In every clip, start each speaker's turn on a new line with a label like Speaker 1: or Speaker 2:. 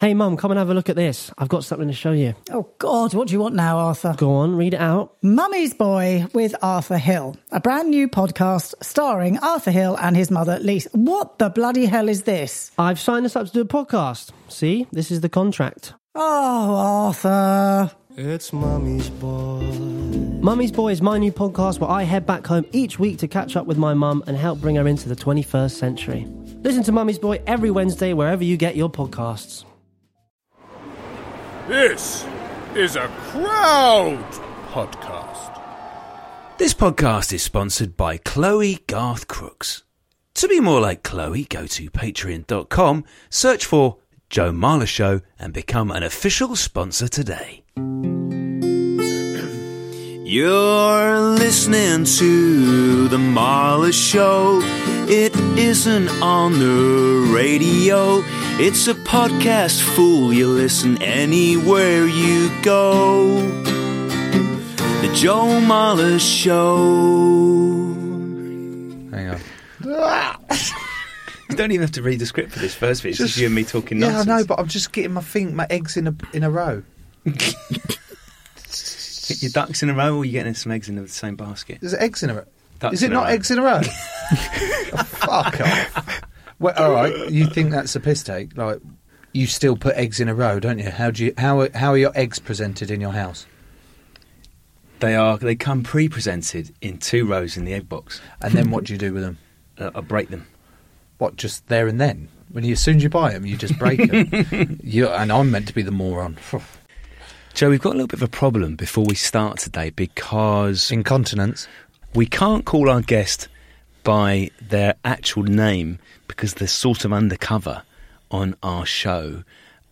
Speaker 1: Hey, Mum, come and have a look at this. I've got something to show you.
Speaker 2: Oh, God, what do you want now, Arthur?
Speaker 1: Go on, read it out.
Speaker 2: Mummy's Boy with Arthur Hill, a brand new podcast starring Arthur Hill and his mother, Lise. What the bloody hell is this?
Speaker 1: I've signed us up to do a podcast. See, this is the contract.
Speaker 2: Oh, Arthur.
Speaker 3: It's Mummy's Boy.
Speaker 1: Mummy's Boy is my new podcast where I head back home each week to catch up with my mum and help bring her into the 21st century. Listen to Mummy's Boy every Wednesday wherever you get your podcasts.
Speaker 4: This is a crowd podcast.
Speaker 5: This podcast is sponsored by Chloe Garth Crooks. To be more like Chloe, go to patreon.com, search for Joe Marler Show, and become an official sponsor today.
Speaker 6: You're listening to The Marla Show. It isn't on the radio, it's a podcast, fool. You listen anywhere you go. The Joe Marla Show.
Speaker 5: Hang on. you don't even have to read the script for this first bit. It's just you and me talking
Speaker 7: Yeah, I
Speaker 5: nonsense.
Speaker 7: know, but I'm just getting my thing, my eggs in a in a row.
Speaker 5: Get your ducks in a row, or you're getting some eggs in the same basket.
Speaker 7: There's eggs in a row.
Speaker 5: Ducks
Speaker 7: Is it
Speaker 5: in a
Speaker 7: not
Speaker 5: row.
Speaker 7: eggs in a row? Oh, fuck off. Well, all right, you think that's a piss take? Like, you still put eggs in a row, don't you? How do you how are- how are your eggs presented in your house?
Speaker 5: They are. They come pre-presented in two rows in the egg box.
Speaker 7: And then what do you do with them?
Speaker 5: Uh, I break them.
Speaker 7: What just there and then? When you, as soon as you buy them, you just break them. you and I'm meant to be the moron.
Speaker 5: Joe, we've got a little bit of a problem before we start today because
Speaker 7: Incontinence.
Speaker 5: we can't call our guest by their actual name because they're sort of undercover on our show.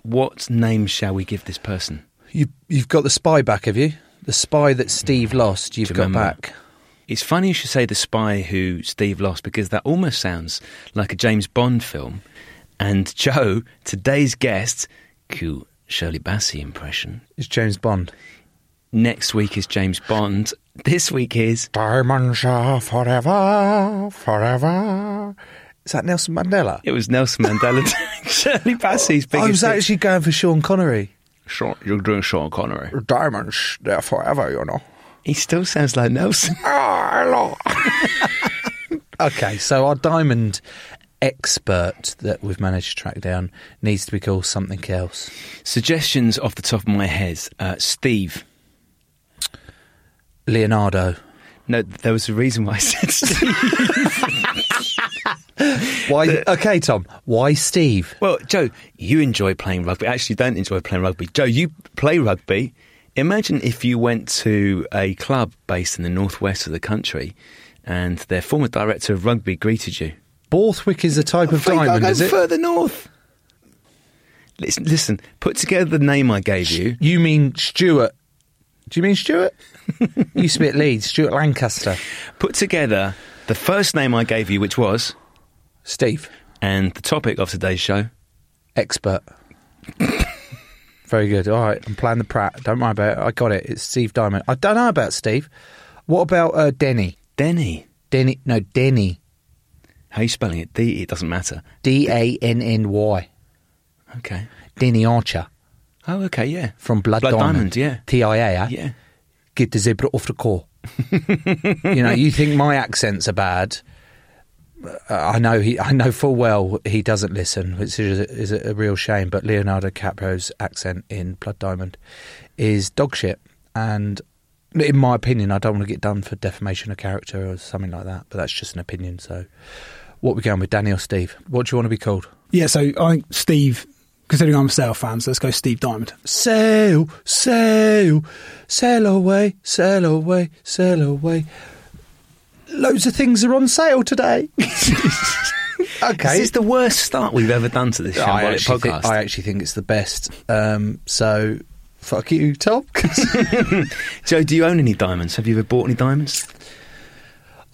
Speaker 5: What name shall we give this person?
Speaker 7: You you've got the spy back, have you? The spy that Steve lost, you've
Speaker 5: Do you
Speaker 7: got
Speaker 5: remember?
Speaker 7: back.
Speaker 5: It's funny you should say the spy who Steve lost because that almost sounds like a James Bond film. And Joe, today's guest, cue Shirley Bassey impression.
Speaker 7: It's James Bond.
Speaker 5: Next week is James Bond. This week is
Speaker 7: Diamond Shah forever, forever. Is that Nelson Mandela?
Speaker 5: it was Nelson Mandela. Shirley Bassey's biggest.
Speaker 7: I was
Speaker 5: hit.
Speaker 7: actually going for Sean Connery.
Speaker 5: Sean, you're doing Sean Connery.
Speaker 7: Diamonds, they're forever, you know.
Speaker 5: He still sounds like Nelson.
Speaker 7: Okay, so our diamond expert that we've managed to track down needs to be called something else.
Speaker 5: Suggestions off the top of my head: uh, Steve.
Speaker 7: Leonardo.
Speaker 5: No, there was a reason why I said Steve.
Speaker 7: Why? Okay, Tom. Why Steve?
Speaker 5: well, Joe, you enjoy playing rugby. Actually, you don't enjoy playing rugby. Joe, you play rugby. Imagine if you went to a club based in the northwest of the country, and their former director of rugby greeted you.
Speaker 7: Borthwick is a type of
Speaker 5: Think I'll
Speaker 7: diamond,
Speaker 5: go
Speaker 7: is it?
Speaker 5: further north. Listen, listen, put together the name I gave you.
Speaker 7: You mean Stuart? Do you mean Stuart? you used to be at Leeds, Stuart Lancaster.
Speaker 5: Put together the first name I gave you, which was,
Speaker 7: Steve,
Speaker 5: and the topic of today's show.
Speaker 7: expert. Very good. All right, I'm playing the Pratt. Don't worry about it. I got it. It's Steve Diamond. I don't know about Steve. What about uh, Denny?
Speaker 5: Denny.
Speaker 7: Denny? No, Denny.
Speaker 5: How are you spelling it? D. It doesn't matter.
Speaker 7: D A N N Y.
Speaker 5: Okay.
Speaker 7: Denny Archer
Speaker 5: Oh, okay. Yeah.
Speaker 7: from Blood,
Speaker 5: Blood
Speaker 7: Diamond.
Speaker 5: Diamond, yeah.
Speaker 7: TIA. eh?
Speaker 5: Yeah.
Speaker 7: Get the zebra off the core. you know, you think my accents are bad. Uh, I know he. I know full well he doesn't listen, which is a, is a real shame. But Leonardo DiCaprio's accent in Blood Diamond is dog shit, and in my opinion, I don't want to get done for defamation of character or something like that. But that's just an opinion. So, what we going with, Danny or Steve? What do you want to be called?
Speaker 8: Yeah, so I think Steve, considering I'm a Sale fan, so let's go Steve Diamond.
Speaker 7: Sail, sail, sail away, sail away, sail away. Loads of things are on sale today. okay.
Speaker 5: This is the worst start we've ever done to this
Speaker 7: I
Speaker 5: shambolic
Speaker 7: actually,
Speaker 5: podcast.
Speaker 7: think, I actually think it's the best. Um, so, fuck you, Tom. 'cause
Speaker 5: Joe, do you own any diamonds? Have you ever bought any diamonds?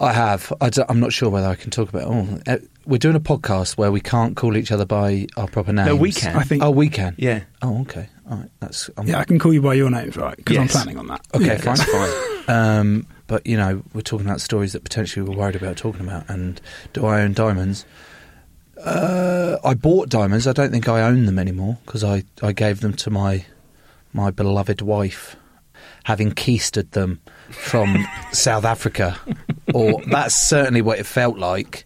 Speaker 7: I have. I am not sure whether I can talk about. Oh, uh, we're doing a podcast where we can't call each other by our proper names.
Speaker 5: No, we can.
Speaker 8: I think.
Speaker 7: Oh, we can.
Speaker 5: Yeah.
Speaker 7: Oh, okay. All right. That's. I'm,
Speaker 8: yeah, I can call you by your names, right? Because I'm
Speaker 5: Yes.
Speaker 8: planning on that.
Speaker 7: Okay,
Speaker 8: Yeah.
Speaker 7: fine. Um, but you know, we're talking about stories that potentially we're worried about talking about. And do I own diamonds? Uh, I bought diamonds. I don't think I own them anymore because I, I gave them to my my beloved wife, having keistered them from South Africa, or that's certainly what it felt like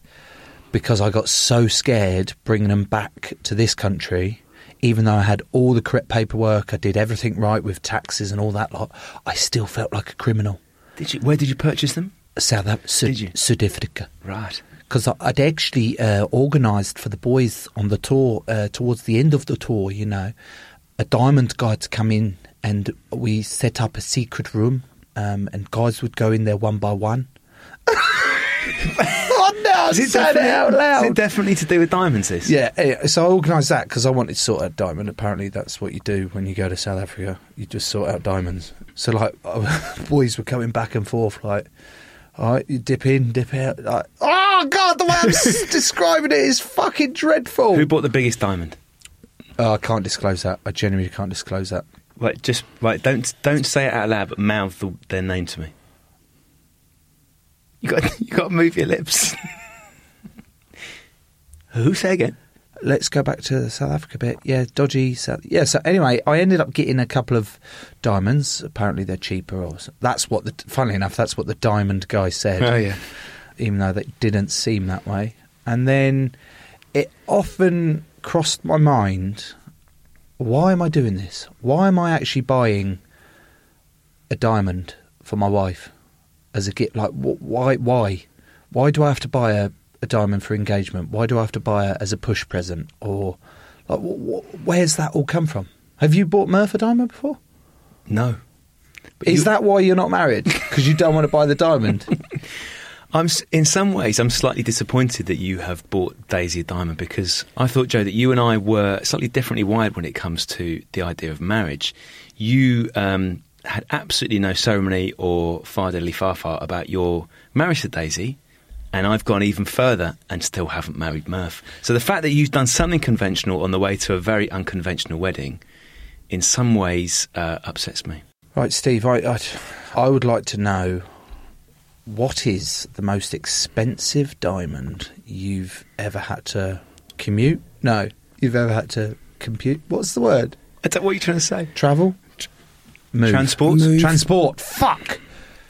Speaker 7: because I got so scared bringing them back to this country. Even though I had all the correct paperwork, I did everything right with taxes and all that lot. I still felt like a criminal.
Speaker 9: Did you? Where did you purchase them?
Speaker 7: South Af-
Speaker 9: Did you?
Speaker 7: Sud- South Africa
Speaker 9: Right.
Speaker 7: because I'd actually uh, organised for the boys on the tour uh, towards the end of the tour, you know, a diamond guy to come in, and we set up a secret room, um, and guys would go in there one by one. oh no!
Speaker 9: Is it
Speaker 7: said it
Speaker 9: definitely-
Speaker 7: out
Speaker 9: Is it
Speaker 7: loud.
Speaker 9: definitely to do with diamonds? This.
Speaker 7: Yeah, eh, so I organised that because I wanted to sort out diamond. Apparently, that's what you do when you go to South Africa. You just sort out diamonds. So like, boys were coming back and forth like. All right, you dip in, dip out. Like, oh God, the way I'm s- describing it is fucking dreadful.
Speaker 9: Who bought the biggest diamond?
Speaker 7: Oh, I can't disclose that. I genuinely can't disclose that.
Speaker 9: Right, just right. Don't don't say it out loud, but mouth the, their name to me. You got you got to move your lips. Who say again?
Speaker 7: Let's go back to the South Africa bit. Yeah, dodgy. South- yeah. So anyway, I ended up getting a couple of diamonds. Apparently, they're cheaper. Or s- that's what the. Funnily enough, that's what the diamond guy said. even though that didn't seem that way. And then it often crossed my mind why am I doing this? Why am I actually buying a diamond for my wife as a gift? Like, wh- why? Why? Why do I have to buy a, a diamond for engagement? Why do I have to buy it as a push present? Or, like, wh- wh- where's that all come from? Have you bought Murph a diamond before?
Speaker 9: No. But
Speaker 7: Is
Speaker 9: you-
Speaker 7: that why you're not married? Because you don't want to buy the diamond?
Speaker 9: I'm s- in some ways I'm slightly disappointed that you have bought Daisy a diamond because I thought Joe that you and I were slightly differently wired when it comes to the idea of marriage. You um, had absolutely no ceremony or far diddly far far about your marriage to Daisy, and I've gone even further and still haven't married Murph. So the fact that you've done something conventional on the way to a very unconventional wedding, in some ways, uh, upsets me.
Speaker 7: Right, Steve, I, I, I would like to know what is the most expensive diamond you've ever had to commute? No, you've ever had to compute. What's the word?
Speaker 9: I don't- What are you trying to say?
Speaker 7: Travel? Move.
Speaker 9: Transport?
Speaker 8: Move.
Speaker 7: Transport. Fuck.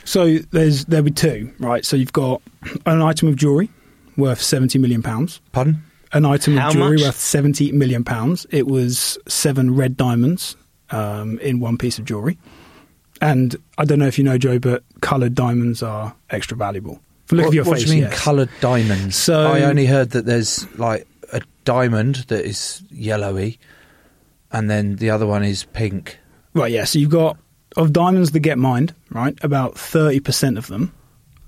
Speaker 8: So there's there'll be two, right? So you've got an item of jewelry worth seventy million pounds,
Speaker 7: Pardon?
Speaker 8: an item
Speaker 9: How
Speaker 8: of jewelry
Speaker 9: much?
Speaker 8: worth seventy million pounds. It was seven red diamonds um, in one piece of jewelry, and I don't know if you know Joe, but coloured diamonds are extra valuable. From the look
Speaker 7: what,
Speaker 8: of your
Speaker 7: what
Speaker 8: face,
Speaker 7: do you mean,
Speaker 8: yes.
Speaker 7: coloured diamonds?
Speaker 8: So-
Speaker 7: I only heard that there's like a diamond that is yellowy, and then the other one is pink.
Speaker 8: Right, yeah. So you've got of diamonds that get mined, right? About thirty percent of them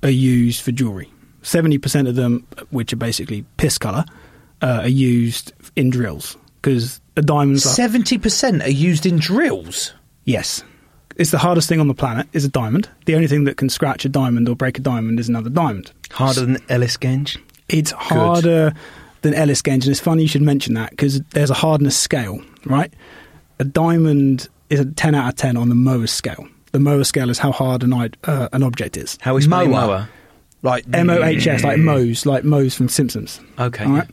Speaker 8: are used for jewelry. Seventy percent of them, which are basically piss color, uh, are used in drills because the diamonds are
Speaker 7: Seventy percent are used in drills.
Speaker 8: yes. It's the hardest thing on the planet is a diamond. The only thing that can scratch a diamond or break a diamond is another diamond.
Speaker 9: Harder than Ellis Genge?
Speaker 8: It's harder than Ellis Genge, and it's funny you should mention that because there's a hardness scale, right? A diamond is a 10 out of 10 on the Moa scale. The Moa scale is how hard an, i- uh, an object is.
Speaker 9: How is Moa?
Speaker 7: Moa.
Speaker 9: Moa?
Speaker 7: Like
Speaker 8: M O H S, like Moe's, like Moe's from Simpsons.
Speaker 9: Okay,
Speaker 8: all right?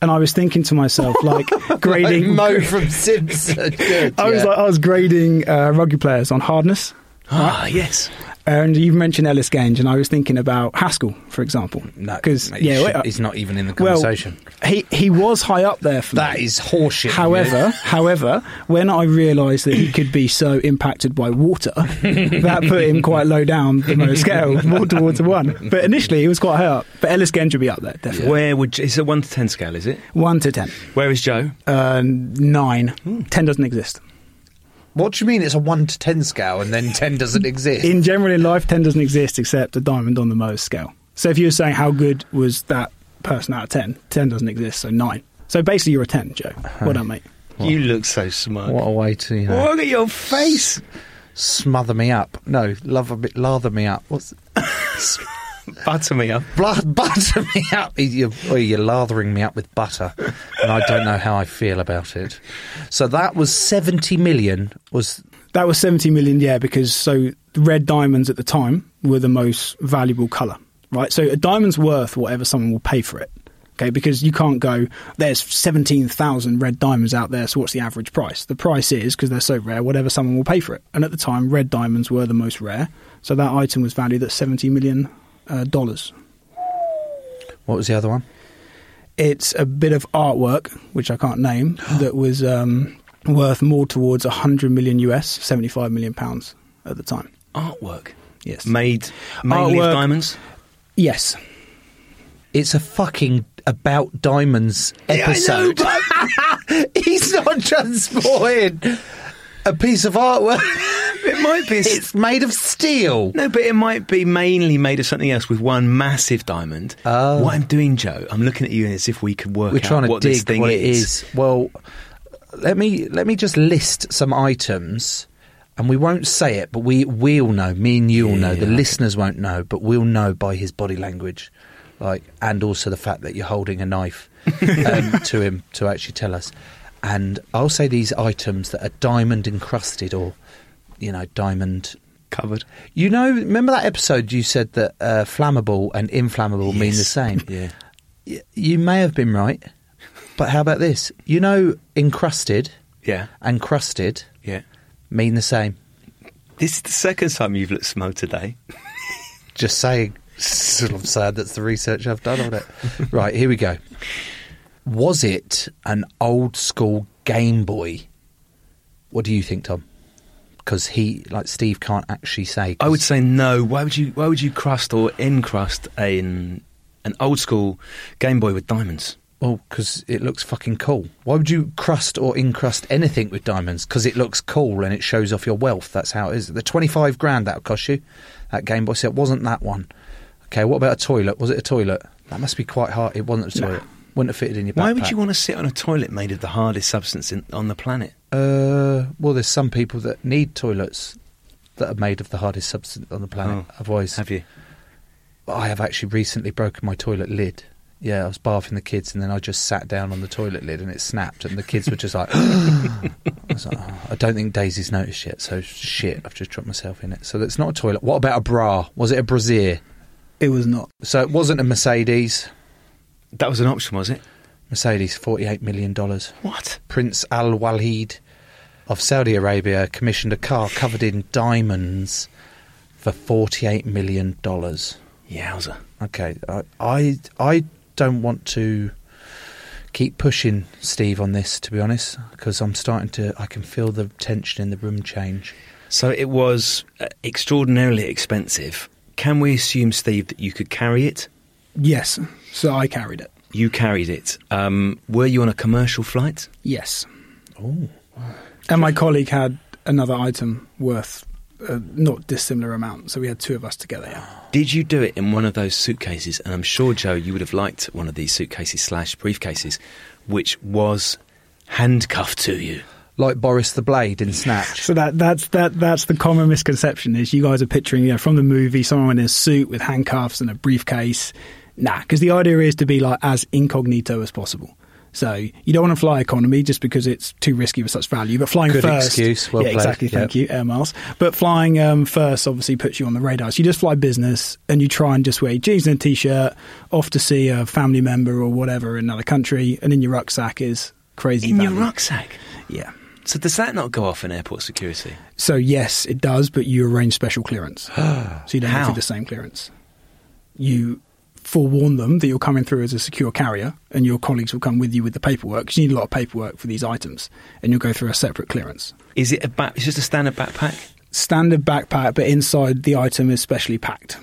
Speaker 8: And I was thinking to myself, like grading.
Speaker 7: Mo from Simpson. Good,
Speaker 8: I was
Speaker 7: yeah.
Speaker 8: like, I was grading uh, rugby players on hardness,
Speaker 9: Ah, yes.
Speaker 8: and you mentioned Ellis Genge, and I was thinking about Haskell, for example.
Speaker 7: no,
Speaker 8: because
Speaker 7: mate,
Speaker 8: yeah,
Speaker 7: you
Speaker 8: wait,
Speaker 7: should-
Speaker 8: uh,
Speaker 7: he's not even in the
Speaker 8: well,
Speaker 7: conversation.
Speaker 8: he he was high up there for
Speaker 7: that
Speaker 8: me.
Speaker 7: is horseshit.
Speaker 8: However, however, when I realised that he could be so impacted by water, that put him quite low down the most scale, more towards a one. But initially, he was quite high up. But Ellis Genge would be up there, definitely.
Speaker 9: Where would it's a one to ten scale? Is it?
Speaker 8: One to ten,
Speaker 9: Where is Joe?
Speaker 8: uh, nine.
Speaker 7: Hmm.
Speaker 8: Ten doesn't exist.
Speaker 7: what do you mean? It's a one to ten scale, and then ten doesn't exist.
Speaker 8: In general, in life, ten doesn't exist except a diamond on the Mohs scale. So if you were saying how good was that person out of 10, 10 doesn't exist, so nine. So basically, you're a ten, Joe. Well done, mate.
Speaker 5: Oh.
Speaker 9: You look so smart.
Speaker 7: what a way to you know,
Speaker 9: Look at your face.
Speaker 7: smother me up. No, love a bit, lather me up. What's
Speaker 9: Butter me up.
Speaker 7: blood butter me up? You're, oh, you're lathering me up with butter, and I don't know how I feel about it. So that was seventy million. Was
Speaker 8: That was 70 million, yeah, because so red diamonds at the time were the most valuable colour, right? So a diamond's worth whatever someone will pay for it. Okay, because you can't go. There's seventeen thousand red diamonds out there. So what's the average price? The price is because they're so rare, whatever someone will pay for it. And at the time, red diamonds were the most rare. So that item was valued at seventy million uh, dollars.
Speaker 7: What was the other one?
Speaker 8: it's a bit of artwork which I can't name that was um, worth more towards 100 million US, 75 million pounds at the time.
Speaker 5: Artwork
Speaker 8: Yes.
Speaker 5: made mainly of
Speaker 8: Artwork.
Speaker 5: diamonds.
Speaker 8: yes.
Speaker 7: It's a fucking about diamonds episode. He's not transported a piece of artwork.
Speaker 5: It might be.
Speaker 7: It's made of steel.
Speaker 5: No, but it might be mainly made of something else with one massive diamond.
Speaker 7: Oh.
Speaker 5: What I'm doing, Joe, I'm looking at you as if we could work
Speaker 7: We're
Speaker 5: out
Speaker 7: trying to
Speaker 5: what
Speaker 7: dig
Speaker 5: this thing
Speaker 7: what
Speaker 5: is.
Speaker 7: it is. Well, let me let me just list some items, and we won't say it, but we we'll know. Me and you'll know. The listeners won't know, but we'll know by his body language, like, and also the fact that you're holding a knife um, to him to actually tell us. And I'll say these items that are diamond encrusted, or you know, diamond
Speaker 5: Covered.
Speaker 7: you know, remember that episode you said that uh, flammable and inflammable mean the
Speaker 5: Yes.
Speaker 7: same?
Speaker 5: Yeah.
Speaker 7: Y- You may have been right, but how about this? You know, encrusted
Speaker 5: Yeah.
Speaker 7: and crusted
Speaker 5: Yeah.
Speaker 7: mean the same.
Speaker 5: This is the second time you've looked smug today.
Speaker 7: Just saying. Sort of sad that's the research I've done on it. right, here we go. Was it an old school Game Boy? What do you think, Tom? Because he, like Steve, can't actually say. 'cause
Speaker 5: I would say no. Why would you? Why would you crust or encrust an an old school Game Boy with diamonds?
Speaker 7: Well, because Oh, it looks fucking cool. Why would you crust or encrust anything with diamonds? Because it looks cool and it shows off your wealth. That's how it is. The 25 grand that would cost you, that Game Boy, so it wasn't that one. Okay, what about a toilet? Was it a toilet? That must be quite hard. It wasn't a toilet. Wouldn't have fitted in your backpack.
Speaker 5: Why would you want to sit on a toilet made of the hardest substance in, on the planet?
Speaker 7: Uh, well, there's some people that need toilets that are made of the hardest substance on the planet.
Speaker 5: Oh,
Speaker 7: Otherwise,
Speaker 5: Have you?
Speaker 7: I have actually recently broken my toilet lid. Yeah, I was bathing the kids, and then I just sat down on the toilet lid, and it snapped, and the kids were just like, I, was like "Oh, I don't think Daisy's noticed yet, so shit, I've just dropped myself in it. So that's not a toilet. What about a bra? Was it a brassiere?
Speaker 8: It was not.
Speaker 7: So it wasn't a Mercedes.
Speaker 5: That was an option, was it?
Speaker 7: Mercedes, forty-eight million dollars.
Speaker 5: What?
Speaker 7: Prince Al Walid of Saudi Arabia commissioned a car covered in diamonds for forty-eight million dollars.
Speaker 5: Yowza!
Speaker 7: Okay, I, I I don't want to keep pushing Steve on this, to be honest, because I'm starting to. I can feel the tension in the room change.
Speaker 5: So it was uh, extraordinarily expensive. Can we assume, Steve, that you could carry it?
Speaker 8: Yes. So I carried it.
Speaker 5: You carried it. Um, were you on a commercial flight?
Speaker 8: Yes. And my colleague had another item worth a not dissimilar amount. So we had two of us together. Yeah.
Speaker 5: Did you do it in one of those suitcases? And I'm sure, Joe, you would have liked one of these suitcases slash briefcases, which was handcuffed to you.
Speaker 7: Like Boris the Blade in Snatch.
Speaker 8: So that that's that that's the common misconception is you guys are picturing you know from the movie someone in a suit with handcuffs and a briefcase. Nah, because the idea is to be like as incognito as possible. So you don't want to fly economy just because it's too risky with such value. But flying
Speaker 7: Good
Speaker 8: first,
Speaker 7: excuse, well
Speaker 8: yeah,
Speaker 7: played,
Speaker 8: exactly.
Speaker 7: yeah.
Speaker 8: Thank you, Air Miles. But flying um, first obviously puts you on the radar. So you just fly business and you try and just wear your jeans and a t-shirt off to see a family member or whatever in another country, and in your rucksack is crazy.
Speaker 5: In your
Speaker 8: value.
Speaker 5: rucksack.
Speaker 8: yeah.
Speaker 5: So does that not go off in airport security?
Speaker 8: So yes, it does, but you arrange special clearance, so you don't
Speaker 5: How?
Speaker 8: go through the same clearance. You forewarn them that you're coming through as a secure carrier, and your colleagues will come with you with the paperwork. 'cause you need a lot of paperwork for these items, and you'll go through a separate clearance.
Speaker 5: Is it a back? It's just a standard backpack.
Speaker 8: Standard backpack, but inside the item is specially packed.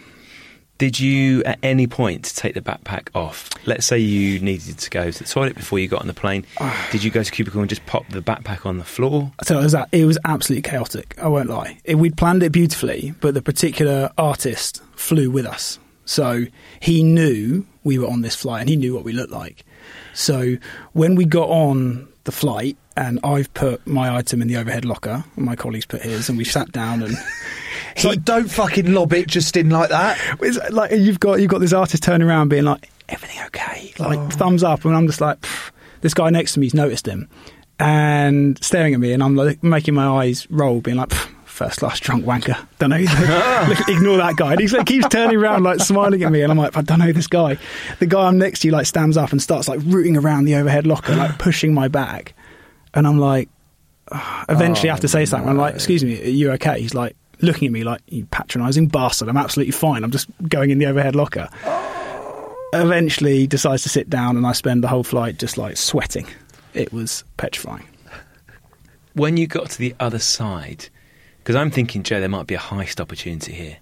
Speaker 5: Did you at any point take the backpack off? Let's say you needed to go to the toilet before you got on the plane. Did you go to cubicle and just pop the backpack on the floor?
Speaker 8: So it was, a- it was absolutely chaotic. I won't lie. It, we'd planned it beautifully, but the particular artist flew with us. So he knew we were on this flight and he knew what we looked like. So when we got on the flight, and I've put my item in the overhead locker, and my colleagues put his, and we sat down and.
Speaker 7: It's like, don't fucking lob it just in like that.
Speaker 8: It's like you've got you've got this artist turning around being like everything okay like thumbs up and i'm just like "Pff." this guy next to me's noticed him and staring at me and i'm like making my eyes roll being like "Pff, first class drunk wanker. Don't know. He's like, "Look, ignore that guy. And he's like, keeps turning around, like smiling at me. And I'm like, I don't know this guy. The guy I'm next to, like, stands up and starts like rooting around the overhead locker, like pushing my back. And I'm like, "Ugh." eventually, I have to say something. I'm like, excuse me, are you okay? He's like, looking at me like, you patronising bastard. I'm absolutely fine. I'm just going in the overhead locker. Eventually, he decides to sit down, and I spend the whole flight just like sweating. It was petrifying.
Speaker 5: When you got to the other side, because I'm thinking, Joe, there might be a heist opportunity here.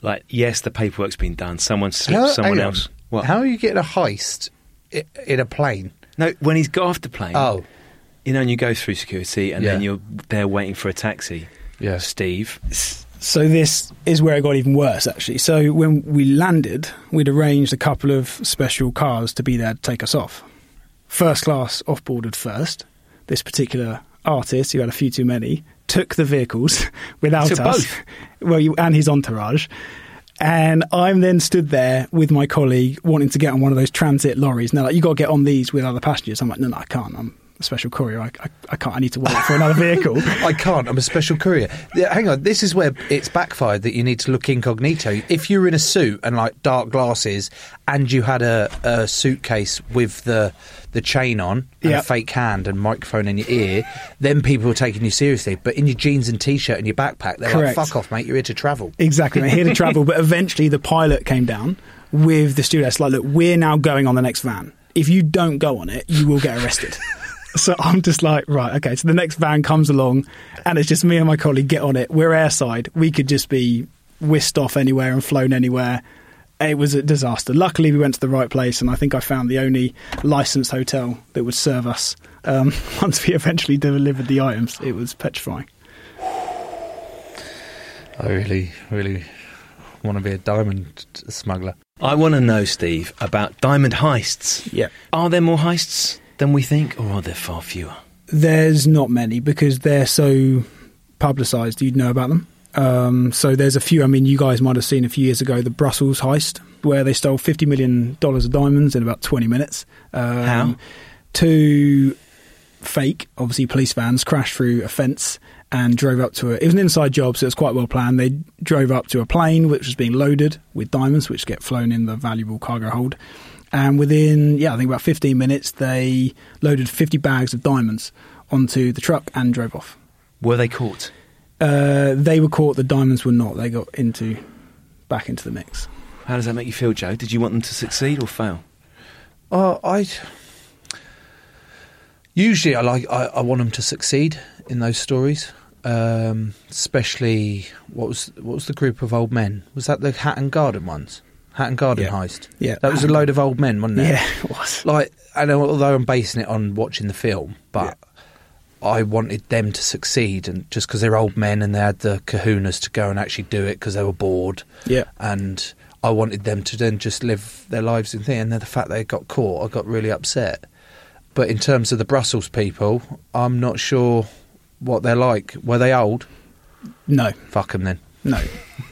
Speaker 5: Like, yes, the paperwork's been done. Someone slipped someone
Speaker 7: hang on.
Speaker 5: else. What?
Speaker 7: How are you getting a heist i- in a plane?
Speaker 5: No, when he's got off the plane.
Speaker 7: Oh.
Speaker 5: You know, and you go through security, and then
Speaker 7: Yeah.
Speaker 5: you're there waiting for a taxi.
Speaker 7: Yeah.
Speaker 5: Steve.
Speaker 8: So this is where it got even worse, actually. So when we landed, we'd arranged a couple of special cars to be there to take us off. First class off-boarded first. This particular artist, who had a few too many, took the vehicles without
Speaker 5: Took
Speaker 8: us.
Speaker 5: both?
Speaker 8: Well, you, and his entourage. And I'm then stood there with my colleague wanting to get on one of those transit lorries. And they're like, you got to get on these with other passengers. I'm like, no, no, I can't. I'm a special courier. I, I, I can't. I need to wait for another vehicle.
Speaker 7: I can't. I'm a special courier. Yeah, Hang on. This is where it's backfired that you need to look incognito. If you're in a suit and like dark glasses, and you had a, a suitcase with the the chain on and
Speaker 8: Yeah.
Speaker 7: a fake hand and microphone in your ear, then people were taking you seriously. But in your jeans and t-shirt and your backpack, they're
Speaker 8: Correct.
Speaker 7: like, "Fuck off, mate. You're here to travel."
Speaker 8: Exactly. We're here to travel, but eventually the pilot came down with the stewardess, like, look, we're now going on the next van. If you don't go on it, you will get arrested. so I'm just like, right, okay. So the next van comes along, and it's just me and my colleague get on it. We're airside. We could just be whisked off anywhere and flown anywhere. It was a disaster. Luckily, we went to the right place, and I think I found the only licensed hotel that would serve us um, once we eventually delivered the items. It was petrifying.
Speaker 7: I really, really want to be a diamond smuggler.
Speaker 5: I want to know, Steve, about diamond heists.
Speaker 8: Yeah.
Speaker 5: Are there more heists than we think, or are there far fewer?
Speaker 8: There's not many because they're so publicised. You'd know about them. Um, so there's a few. I mean, you guys might have seen a few years ago the Brussels heist, where they stole fifty million dollars of diamonds in about twenty minutes. Um,
Speaker 5: How?
Speaker 8: Two fake, obviously police vans crashed through a fence and drove up to it. It was an inside job, so it was quite well planned. They drove up to a plane which was being loaded with diamonds, which get flown in the valuable cargo hold. And within, yeah, I think about 15 minutes, they loaded 50 bags of diamonds onto the truck and drove off.
Speaker 5: Were they caught?
Speaker 8: Uh, they were caught. The diamonds were not. They got into back into the mix.
Speaker 5: How does that make you feel, Joe? Did you want them to succeed or fail?
Speaker 7: Uh, I usually I like I, I want them to succeed in those stories, um, especially what was what was the group of old men? Was that the Hatton Garden ones? Hatton Garden
Speaker 8: Yeah.
Speaker 7: heist.
Speaker 8: Yeah.
Speaker 7: that was a load of old men, wasn't it?
Speaker 8: Yeah, it was.
Speaker 7: Like, and although I'm basing it on watching the film, but I wanted them to succeed, and just because they're old men and they had the kahunas to go and actually do it because they were bored.
Speaker 8: Yeah.
Speaker 7: and I wanted them to then just live their lives in thing. And then the fact they got caught, I got really upset. But in terms of the Brussels people, I'm not sure what they're like. Were they old?
Speaker 8: No,
Speaker 7: Fuck them then.
Speaker 8: no.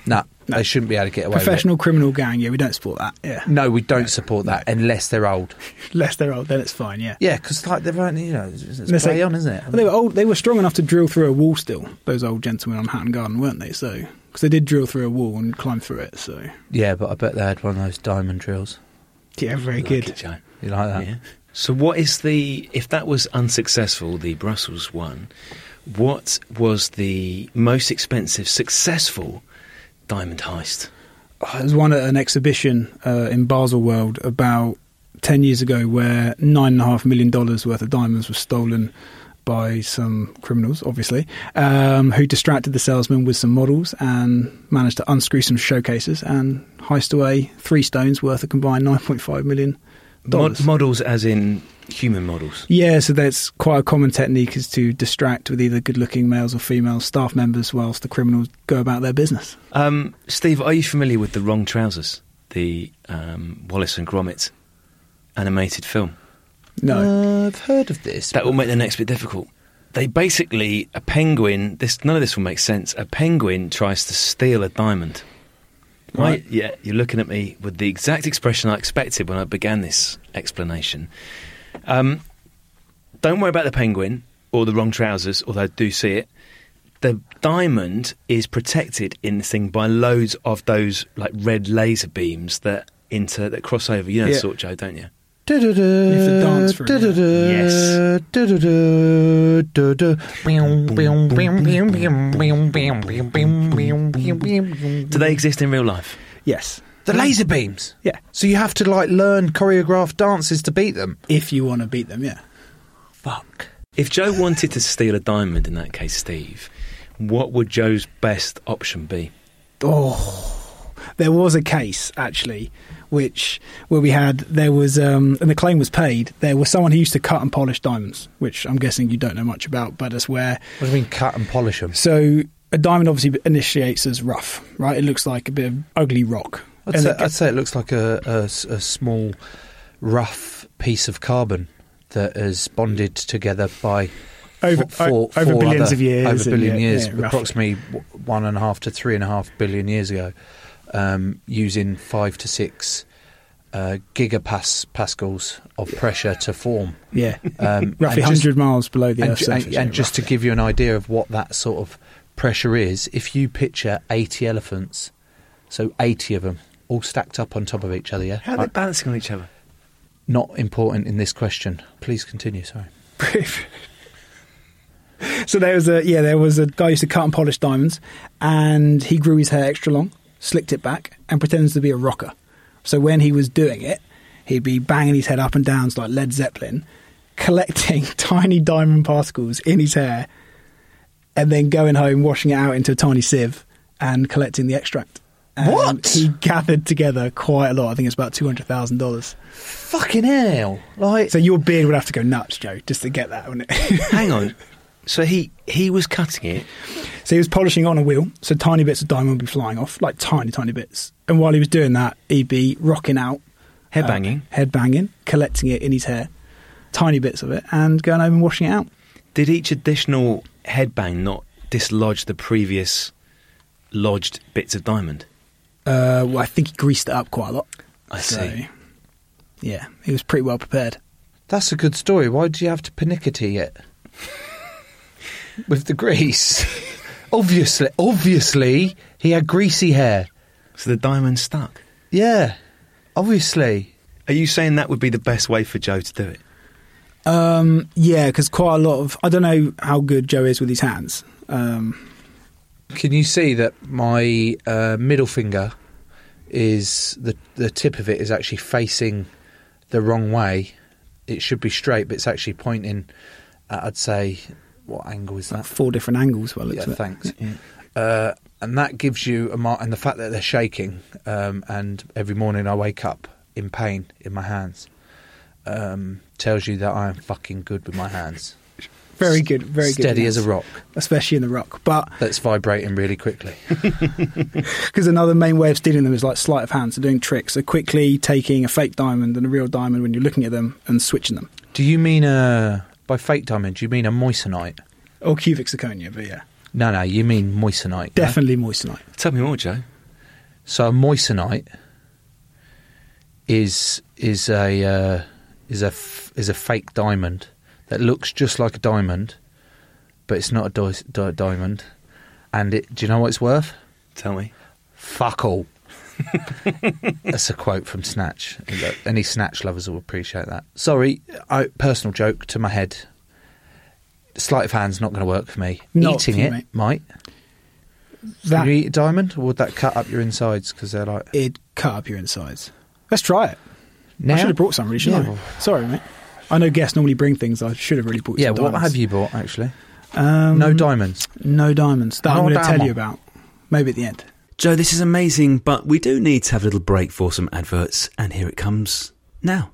Speaker 7: Nah, they shouldn't be able to get away. with it.
Speaker 8: Professional criminal gang. Yeah, we don't support that. Yeah,
Speaker 7: No, we don't support that unless they're old.
Speaker 8: unless they're old, then it's fine. Yeah.
Speaker 7: Yeah, because like they're only you know it's, it's
Speaker 8: Unless they-
Speaker 7: play on, isn't it?
Speaker 8: Well, they were old. They were strong enough to drill through a wall. Still, those old gentlemen on Hatton Garden, weren't they? So, because they did drill through a wall and climb through it. So,
Speaker 7: Yeah, but I bet they had one of those diamond drills.
Speaker 8: yeah, very
Speaker 5: Good,
Speaker 8: good.
Speaker 5: Joe.
Speaker 7: You like that?
Speaker 5: Yeah. So, what is the if that was unsuccessful, the Brussels one? What was the most expensive successful diamond heist?
Speaker 8: Oh, There was one at an exhibition uh, in Baselworld about ten years ago, where nine and a half million dollars worth of diamonds was stolen by some criminals, obviously, um, who distracted the salesman with some models and managed to unscrew some showcases and heist away three stones worth a combined nine point five million dollars.
Speaker 5: Mod- models, as in human models.
Speaker 8: Yeah, so that's quite a common technique is to distract with either good-looking males or female staff members whilst the criminals go about their business.
Speaker 5: Um, Steve, are you familiar with the Wrong Trousers, the um, Wallace and Gromit animated film?
Speaker 8: No,
Speaker 7: Uh, I've heard of this.
Speaker 5: That will make the next bit difficult. They basically a penguin. This none of this will make sense. A penguin tries to steal a diamond. Right? Yeah, you're looking at me with the exact expression I expected when I began this explanation. Um, don't worry about the penguin or the wrong trousers, although I do see it. The
Speaker 9: diamond is protected in this thing by loads of those like red laser beams that inter that cross over. You know,
Speaker 8: Yeah.
Speaker 9: the sort Joe, don't you?
Speaker 7: You have
Speaker 8: to dance for it, yeah.
Speaker 9: Yes. Do
Speaker 7: Do
Speaker 9: they exist in real life?
Speaker 8: Yes.
Speaker 7: the laser beams?
Speaker 8: Yeah.
Speaker 7: So you have to like learn choreographed dances to beat them.
Speaker 8: If you want to beat them, yeah.
Speaker 7: Fuck.
Speaker 9: If Joe wanted to steal a diamond, in that case, Steve, what would Joe's best option be?
Speaker 8: Oh, there was a case actually, which where we had there was um, and the claim was paid. There was someone who used to cut and polish diamonds, which I'm guessing you don't know much about, but it's where
Speaker 7: What do you mean cut and polish them?
Speaker 8: so a diamond obviously initiates as rough, right? It looks like a bit of ugly rock.
Speaker 7: I'd
Speaker 8: And
Speaker 7: say,
Speaker 8: it-
Speaker 7: I'd say it looks like a, a s- a small, rough piece of carbon that is bonded together by
Speaker 8: Over-
Speaker 7: f- four-
Speaker 8: o- over
Speaker 7: four
Speaker 8: billions
Speaker 7: other-
Speaker 8: of years
Speaker 7: Over
Speaker 8: and
Speaker 7: billion
Speaker 8: yeah,
Speaker 7: years,
Speaker 8: yeah, roughly.
Speaker 7: approximately w- one and a half to three and a half billion years ago, um, using five to six uh, gigapas pascals of pressure to form.
Speaker 8: yeah,
Speaker 7: Um,
Speaker 8: roughly
Speaker 7: and just-
Speaker 8: 100 miles below the
Speaker 7: and,
Speaker 8: Earth's
Speaker 7: ju- and-
Speaker 8: surface.
Speaker 7: and
Speaker 8: yeah,
Speaker 7: just to
Speaker 8: roughly.
Speaker 7: give you an idea of what that sort of pressure is, if you picture 80 elephants, so 80 of them, all stacked up on top of each other, yeah?
Speaker 9: How are they balancing on each other?
Speaker 7: Not important in this question. Please continue, sorry.
Speaker 8: so there was a yeah, there was a guy who used to cut and polish diamonds, and he grew his hair extra long, slicked it back, and pretends to be a rocker. So when he was doing it, he'd be banging his head up and down like Led Zeppelin, collecting tiny diamond particles in his hair, and then going home, washing it out into a tiny sieve, and collecting the extract. And
Speaker 7: What?
Speaker 8: he gathered together quite a lot. I think it's about two hundred thousand dollars.
Speaker 7: Fucking hell. Like,
Speaker 8: So your beard would have to go nuts, Joe, just to get that, wouldn't it?
Speaker 9: Hang on. So he he was cutting it.
Speaker 8: So he was polishing on a wheel, so tiny bits of diamond would be flying off, like tiny, tiny bits. And while he was doing that, he'd be rocking out,
Speaker 9: Head banging.
Speaker 8: uh, head banging, collecting it in his hair, tiny bits of it, and going home and washing it out.
Speaker 9: Did each additional headbang not dislodge the previous lodged bits of diamond?
Speaker 8: Uh, well, I think he greased it up quite a lot.
Speaker 9: I
Speaker 8: So,
Speaker 9: see.
Speaker 8: yeah, he was pretty well prepared.
Speaker 7: that's a good story. Why do you have to panickety it? With the grease. obviously, obviously, he had greasy hair.
Speaker 9: So the diamond stuck.
Speaker 7: Yeah, obviously.
Speaker 9: Are you saying that would be the best way for Joe to do it?
Speaker 8: Um, yeah, because quite a lot of I don't know how good Joe is with his hands. Um,
Speaker 7: Can you see that my uh, middle finger is the the tip of it is actually facing the wrong way? It should be straight, but it's actually pointing. At, I'd say, what angle is
Speaker 8: it's like
Speaker 7: that?
Speaker 8: four different angles. Well,
Speaker 7: Yeah,
Speaker 8: looks of it.
Speaker 7: thanks. Uh, and that gives you a mark. And the fact that they're shaking, um, and every morning I wake up in pain in my hands, um, tells you that I am fucking good with my hands.
Speaker 8: Very good, very good.
Speaker 7: steady
Speaker 8: with
Speaker 7: as a
Speaker 8: hands,
Speaker 7: rock.
Speaker 8: especially in the rock. But
Speaker 7: That's vibrating really quickly.
Speaker 8: Because another main way of stealing them is like sleight of hand, so doing tricks, so quickly taking a fake diamond and a real diamond when you're looking at them and switching them.
Speaker 7: Do you mean a by fake diamond? Do you mean a moissanite?
Speaker 8: Or cubic zirconia, but yeah,
Speaker 7: No, no, you mean moissanite. yeah?
Speaker 8: definitely moissanite.
Speaker 9: Tell me more, Joe.
Speaker 7: So a moissanite is is a uh, is a f- is a fake diamond that looks just like a diamond, but it's not a di- di- diamond. And it, do you know what it's worth?
Speaker 9: Tell me.
Speaker 7: Fuck all. That's a quote from Snatch. Any Snatch lovers will appreciate that. Sorry, I, personal joke to my head. Sleight of hand's not going to work for me.
Speaker 8: Not
Speaker 7: Eating
Speaker 8: for you,
Speaker 7: it
Speaker 8: mate.
Speaker 7: might.
Speaker 8: That
Speaker 7: Would you eat a diamond, or would that cut up your insides because they're like
Speaker 8: it'd cut up your insides. Let's try it.
Speaker 7: now?
Speaker 8: I should have brought some, really, shouldn't
Speaker 7: Yeah.
Speaker 8: I? Sorry, mate. I know guests normally bring things. I should have really brought.
Speaker 7: Yeah,
Speaker 8: some
Speaker 7: what
Speaker 8: diamonds.
Speaker 7: have you bought actually?
Speaker 8: Um,
Speaker 7: no diamonds.
Speaker 8: No diamonds. That
Speaker 7: No
Speaker 8: I'm going to
Speaker 7: diamond.
Speaker 8: tell you about. Maybe at the end.
Speaker 5: Joe, this is amazing, but we do need to have a little break for some adverts, and here it comes now.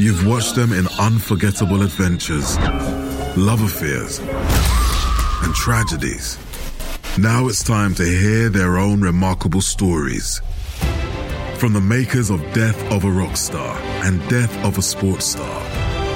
Speaker 10: You've watched them in unforgettable adventures, love affairs, and tragedies. Now it's time to hear their own remarkable stories. From the makers of Death of a Rock Star and Death of a Sports Star,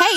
Speaker 11: Hey,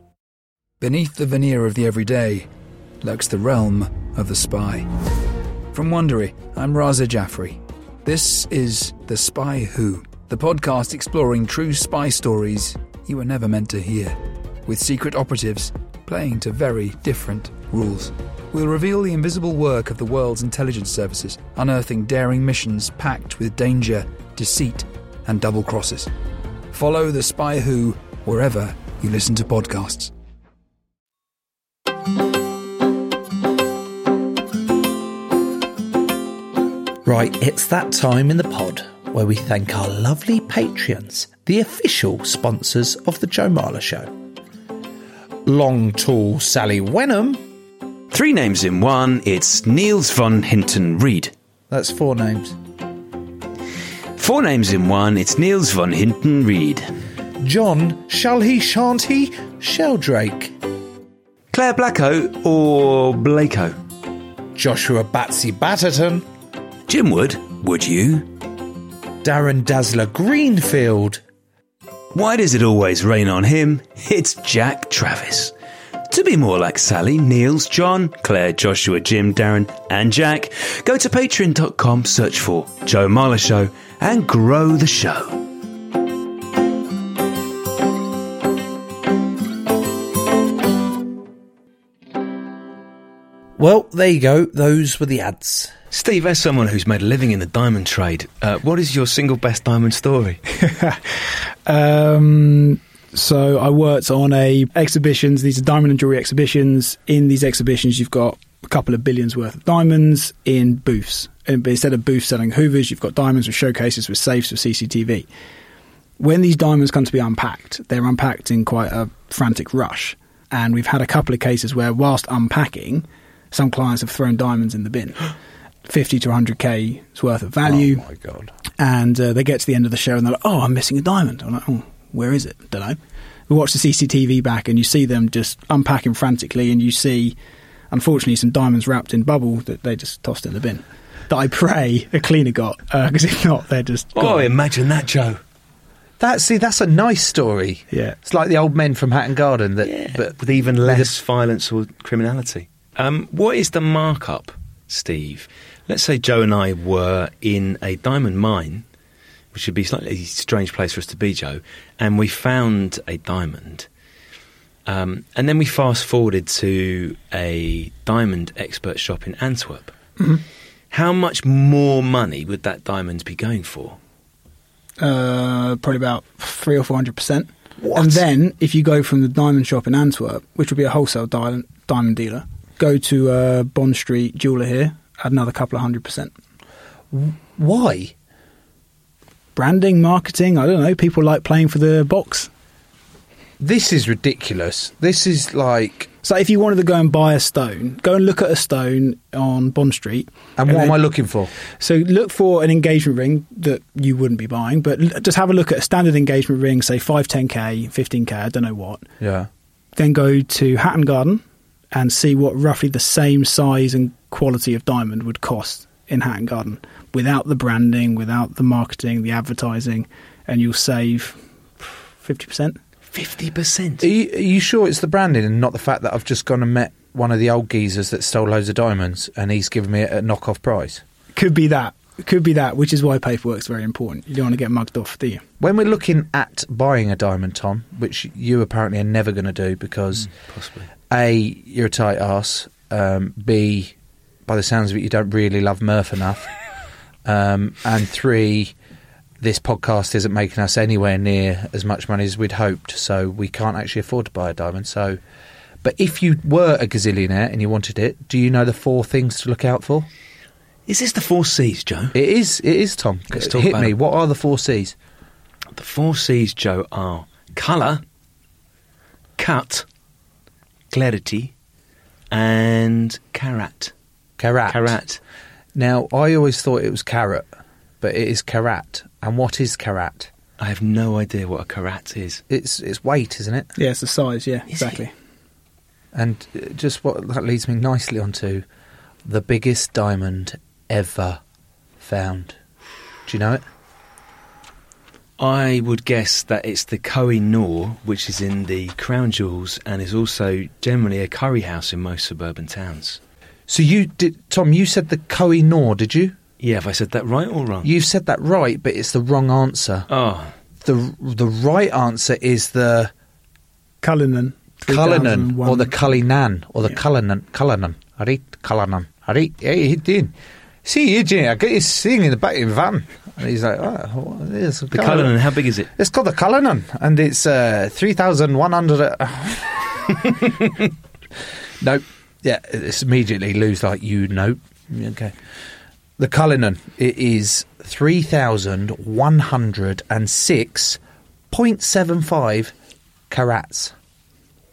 Speaker 12: Beneath the veneer of the everyday lurks the realm of the spy. From Wondery, I'm Raza Jaffrey. This is The Spy Who, the podcast exploring true spy stories you were never meant to hear, with secret operatives playing to very different rules. We'll reveal the invisible work of the world's intelligence services, unearthing daring missions packed with danger, deceit, and double crosses. Follow The Spy Who wherever you listen to podcasts.
Speaker 7: Right, it's that time in the pod where we thank our lovely patrons, the official sponsors of the Joe Marler Show. Long, tall Sally Wenham.
Speaker 5: Three names in one, it's Niels von Hinton Reed.
Speaker 7: That's four names.
Speaker 5: Four names in one, it's Niels von Hinton Reed.
Speaker 7: John, shall he, shan't he? Sheldrake.
Speaker 5: Claire Blacko or Blako?
Speaker 7: Joshua Batsy Batterton.
Speaker 5: Jim Wood, would you?
Speaker 7: Darren Dazzler Greenfield.
Speaker 5: Why does it always rain on him? It's Jack Travis. To be more like Sally, Niels, John, Claire, Joshua, Jim, Darren, and Jack, go to patreon.com, search for Joe Marler Show, and grow the show.
Speaker 7: Well, there you go. Those were the ads.
Speaker 5: Steve, as someone who's made a living in the diamond trade, uh, what is your single best diamond story?
Speaker 8: Um, so I worked on a exhibitions. These are diamond and jewelry exhibitions. In these exhibitions, you've got a couple of billions worth of diamonds in booths. And instead of booths selling Hoovers, you've got diamonds with showcases, with safes, with CCTV. When these diamonds come to be unpacked, they're unpacked in quite a frantic rush. And we've had a couple of cases where, whilst unpacking, some clients have thrown diamonds in the bin. 50 to 100k's worth of value
Speaker 7: Oh my god.
Speaker 8: and uh, they get to the end of the show and they're like, "Oh, I'm missing a diamond." I'm like, "Oh, where is it?" Don't know. We watch the CCTV back and you see them just unpacking frantically, and you see, unfortunately, some diamonds wrapped in bubble that they just tossed in the bin. That I pray a cleaner got, because if not, they're just
Speaker 5: oh,
Speaker 8: gone.
Speaker 5: imagine that, Joe.
Speaker 7: That see, that's a nice story.
Speaker 8: Yeah.
Speaker 7: It's like the old men from Hatton Garden that but
Speaker 5: But with even less violence or criminality. Um, what is the markup, Steve? Let's say Joe and I were in a diamond mine, which would be a slightly strange place for us to be, Joe, and we found a diamond. Um, and then we fast forwarded to a diamond expert shop in Antwerp. How much more money would that diamond be going for?
Speaker 8: uh, probably about three or four hundred percent. And then if you go from the diamond shop in Antwerp, which would be a wholesale diamond diamond dealer, go to uh, Bond Street jeweler here, add another couple of hundred percent.
Speaker 7: why?
Speaker 8: branding, marketing. I don't know. People like playing for the box.
Speaker 7: This is ridiculous. This is like
Speaker 8: So if you wanted to go and buy a stone, go and look at a stone on Bond Street.
Speaker 7: and what
Speaker 8: then-
Speaker 7: am I looking for?
Speaker 8: So look for an engagement ring that you wouldn't be buying, but l- just have a look at a standard engagement ring, say 5, 10k, 15k, I don't know what.
Speaker 7: Yeah.
Speaker 8: Then go to Hatton Garden and see what roughly the same size and quality of diamond would cost in Hatton Garden without the branding, without the marketing, the advertising, and you'll save 50%.
Speaker 7: Fifty percent. Are you, are you sure it's the branding and not the fact that I've just gone and met one of the old geezers that stole loads of diamonds and he's given me a, a knockoff price?
Speaker 8: Could be that. Could be that, which is why paperwork's very important. You don't want to get mugged off, do you?
Speaker 7: When we're looking at buying a diamond, Tom, which you apparently are never going to do because
Speaker 9: possibly
Speaker 7: a you're a tight ass, um, b by the sounds of it you don't really love Murph enough, um, and three this podcast isn't making us anywhere near as much money as we'd hoped, so we can't actually afford to buy a diamond. So, but if you were a gazillionaire and you wanted it, do you know the four things to look out for?
Speaker 5: Is this the four C's, Joe?
Speaker 7: It is. It is, Tom.
Speaker 5: Let's talk
Speaker 7: Hit
Speaker 5: about
Speaker 7: me.
Speaker 5: it.
Speaker 7: What are the four C's?
Speaker 5: The four C's, Joe, are colour, cut, clarity, and carat.
Speaker 7: Carat.
Speaker 5: Carat.
Speaker 7: Now, I always thought it was carrot, but it is carat. And what is carat?
Speaker 5: I have no idea what a carat is.
Speaker 7: It's it's weight, isn't it?
Speaker 8: Yeah, it's the size, yeah, exactly.
Speaker 7: And uh, just what that leads me nicely onto the biggest diamond ever found. Do you know it?
Speaker 5: I would guess that it's the Koh i Noor, which is in the crown jewels and is also generally a curry house in most suburban towns.
Speaker 7: So you did, Tom? You said the Koh i Noor, did you?
Speaker 5: Yeah, have I said that right or wrong?
Speaker 7: You've said that right, but it's the wrong answer.
Speaker 5: Oh,
Speaker 7: The the right answer is the
Speaker 8: Cullinan.
Speaker 7: Cullinan
Speaker 8: 3001.
Speaker 7: or the Cullinan or the Cullinan Cullinan. I read Cullinan. I read. Hey, he did. See you, Jimmy. I get you singing in the back of the van. And he's like, oh, there's
Speaker 5: the Cullinan, how big is it?
Speaker 7: It's called the Cullinan, and it's uh, three thousand one hundred. nope. Yeah, it's immediately lose like you. Nope. Okay. The Cullinan. It is three thousand one hundred and six point seven five carats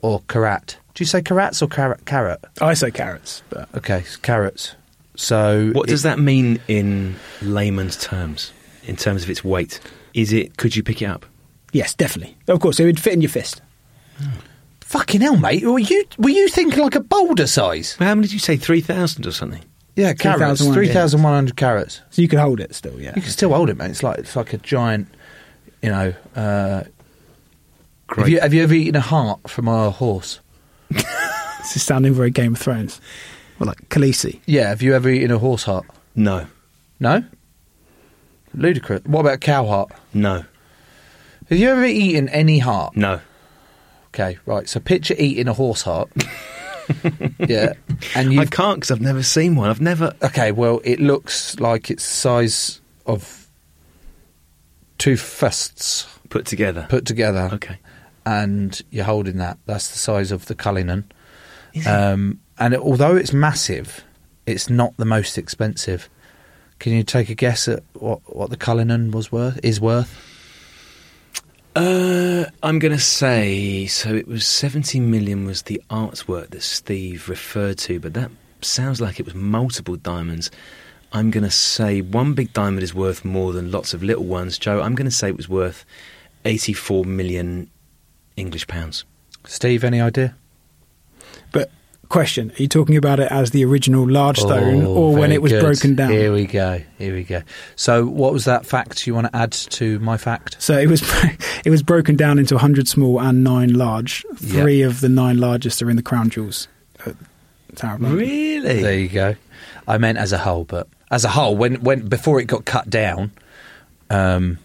Speaker 7: or carat. Do you say carats or carrot? Carrot.
Speaker 8: I say carrots, but
Speaker 7: Okay, it's carats. So
Speaker 5: What
Speaker 7: it-
Speaker 5: does that mean in layman's terms, in terms of its weight? Is it, could you pick it up?
Speaker 8: yes, definitely. Of course, it would fit in your fist.
Speaker 7: Fucking hell, mate! Were you were you thinking like a boulder size?
Speaker 5: Well, how many did you say? 3,000 or something?
Speaker 7: Yeah, carats.
Speaker 8: 3,100,
Speaker 7: Three
Speaker 8: yeah.
Speaker 7: thousand one hundred carats.
Speaker 8: So you could hold it still, yeah.
Speaker 7: You can still hold it, man. It's like it's like a giant, you know. Uh, have you have you ever eaten a heart from a horse?
Speaker 8: This is sounding very Game of Thrones. Well, like Khaleesi.
Speaker 7: Yeah, have you ever eaten a horse heart?
Speaker 5: No.
Speaker 7: No. Ludicrous. What about cow heart?
Speaker 5: No.
Speaker 7: Have you ever eaten any heart?
Speaker 5: No.
Speaker 7: Okay, right. So picture eating a horse heart. yeah, and
Speaker 5: I
Speaker 7: you.
Speaker 5: can't because I've never seen one. I've never.
Speaker 7: Okay, well, it looks like it's the size of two fists
Speaker 5: Put together.
Speaker 7: put together.
Speaker 5: Okay.
Speaker 7: and you're holding that. That's the size of the Cullinan. Um, and it- although it's massive, it's not the most expensive. Can you take a guess at what, what the Cullinan was worth? Is worth?
Speaker 5: Uh, I'm going to say so. It was 70 million was the artwork that Steve referred to, but that sounds like it was multiple diamonds. I'm going to say one big diamond is worth more than lots of little ones, Joe. I'm going to say it was worth 84 million English pounds.
Speaker 7: Steve, any idea?
Speaker 8: But question: Are you talking about it as the original large stone,
Speaker 7: Oh,
Speaker 8: or when
Speaker 7: very
Speaker 8: it was
Speaker 7: good.
Speaker 8: broken down?
Speaker 7: Here we go. Here we go. So, what was that fact you want to add to my fact?
Speaker 8: So it was it was broken down into 100 small and nine large.
Speaker 7: Yeah.
Speaker 8: Three of the nine largest are in the crown jewels. at Tower of London.
Speaker 5: Really?
Speaker 7: There you go. I meant as a whole, but as a whole, when when before it got cut down, um,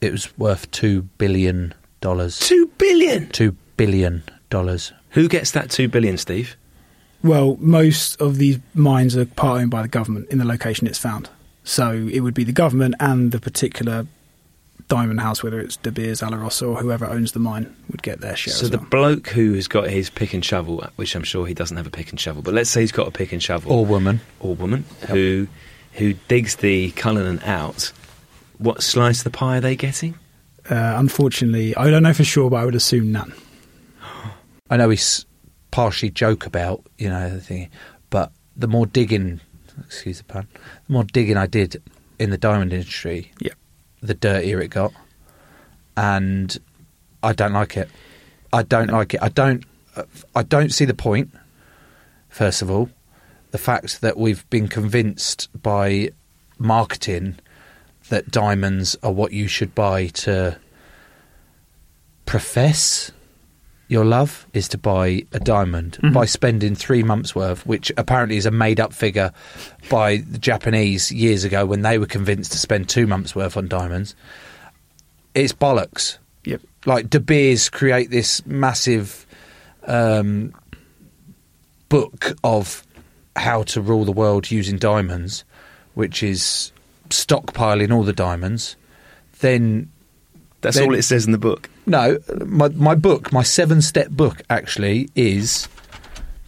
Speaker 7: it was worth two billion dollars.
Speaker 5: Two billion.
Speaker 7: two billion dollars.
Speaker 5: Who gets that two billion, Steve?
Speaker 8: Well, most of these mines are part owned by the government in the location it's found. So it would be the government and the particular diamond house, whether it's De Beers, Alaros, or whoever owns the mine, would get their share.
Speaker 5: So
Speaker 8: as
Speaker 5: the
Speaker 8: well.
Speaker 5: bloke who has got his pick and shovel, which I'm sure he doesn't have a pick and shovel, but let's say he's got a pick and shovel.
Speaker 7: Or woman.
Speaker 5: or woman who who digs the Cullinan out, what slice of the pie are they getting?
Speaker 8: uh, unfortunately, I don't know for sure, but I would assume none.
Speaker 7: I know we s- partially joke about you know the thing, but the more digging, excuse the pun, the more digging I did in the diamond industry,
Speaker 8: Yeah.
Speaker 7: the dirtier it got, and I don't like it. I don't like it. I don't. I don't see the point. First of all, the fact that we've been convinced by marketing that diamonds are what you should buy to profess your love is to buy a diamond by spending three months worth, which apparently is a made up figure by the Japanese years ago when they were convinced to spend two months worth on diamonds. It's bollocks.
Speaker 8: Yep.
Speaker 7: Like De Beers create this massive um, book of how to rule the world using diamonds, which is stockpiling all the diamonds. Then
Speaker 5: That's all it says in the book.
Speaker 7: no, my my book, my seven step book, actually is.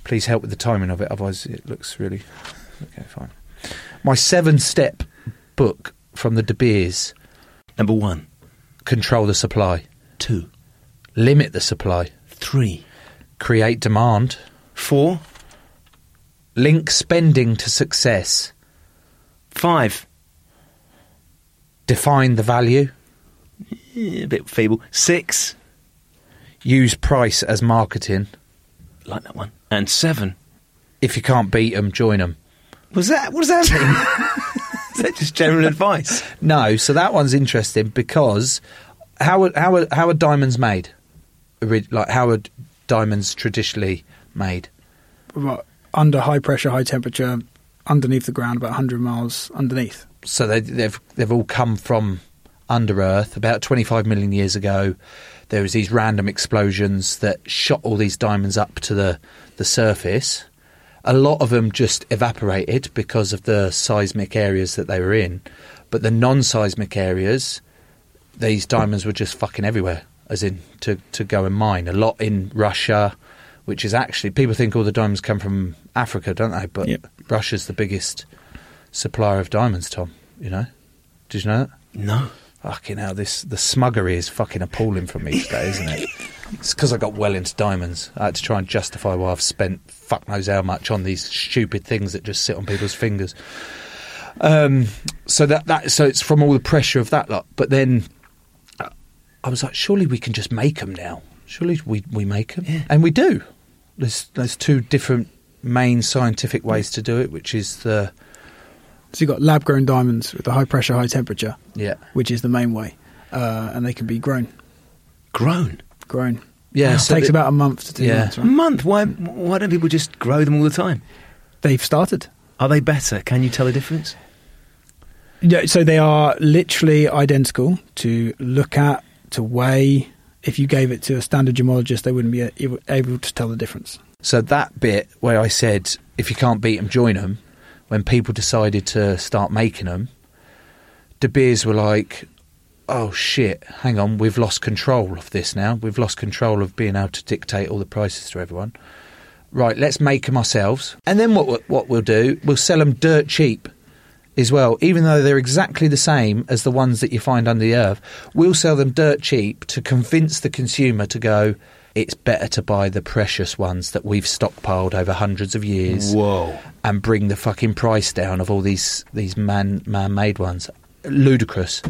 Speaker 7: Please help with the timing of it, otherwise it looks really. Okay, fine. My seven step book from the De Beers.
Speaker 5: Number one,
Speaker 7: control the supply.
Speaker 5: Two,
Speaker 7: limit the supply.
Speaker 5: Three,
Speaker 7: create demand.
Speaker 5: Four,
Speaker 7: link spending to success.
Speaker 5: Five,
Speaker 7: define the value.
Speaker 5: Eh, a bit feeble. Six,
Speaker 7: use price as marketing.
Speaker 5: Like that one. And seven.
Speaker 7: If you can't beat them, join them.
Speaker 5: Was that? What does that mean? Is that just general advice?
Speaker 7: No, so that one's interesting because how are, how are, how are diamonds made? Ori- Like how are diamonds traditionally made?
Speaker 8: About under high pressure, high temperature, underneath the ground, about 100 miles underneath.
Speaker 7: So they, they've they've all come from under Earth about 25 million years ago. There was these random explosions that shot all these diamonds up to the the surface. A lot of them just evaporated because of the seismic areas that they were in, but the non-seismic areas, these diamonds were just fucking everywhere, as in to, to go and mine. A lot in Russia, which is actually people think all the diamonds come from Africa, don't they? But
Speaker 8: Yep.
Speaker 7: Russia's the biggest supplier of diamonds, Tom. You know? Did you know that?
Speaker 5: No.
Speaker 7: Fucking hell, this the smuggery is fucking appalling for me today, isn't it? It's because I got well into diamonds. I had to try and justify why I've spent fuck knows how much on these stupid things that just sit on people's fingers. Um, so that that so it's from all the pressure of that lot. But then uh, I was like, surely we can just make them now. Surely we we make them, and we do. There's there's two different main scientific ways to do it, which is the
Speaker 8: So you've got lab grown diamonds with the high pressure, high temperature,
Speaker 7: yeah
Speaker 8: which is the main way. Uh, and they can be grown.
Speaker 5: Grown.
Speaker 8: Grown.
Speaker 7: yeah.
Speaker 8: it
Speaker 7: so
Speaker 8: takes
Speaker 7: the-
Speaker 8: about a month to do
Speaker 7: Yeah.
Speaker 8: that.
Speaker 5: A month. Why? Why don't people just grow them all the time?
Speaker 8: They've started.
Speaker 5: Are they better? Can you tell the difference?
Speaker 8: Yeah, so they are literally identical to look at, to weigh. If you gave it to a standard gemologist, they wouldn't be a- able to tell the difference.
Speaker 7: So that bit where I said, if you can't beat 'em, join 'em," when people decided to start making 'em, De Beers were like, oh shit, hang on, we've lost control of this now. We've lost control of being able to dictate all the prices to everyone. Right, let's make 'em ourselves. And then what, we- what we'll do, we'll sell 'em dirt cheap as well, even though they're exactly the same as the ones that you find under the earth, we'll sell them dirt cheap to convince the consumer to go, it's better to buy the precious ones that we've stockpiled over hundreds of years.
Speaker 5: Whoa.
Speaker 7: And bring the fucking price down of all these, these man man made ones. Ludicrous.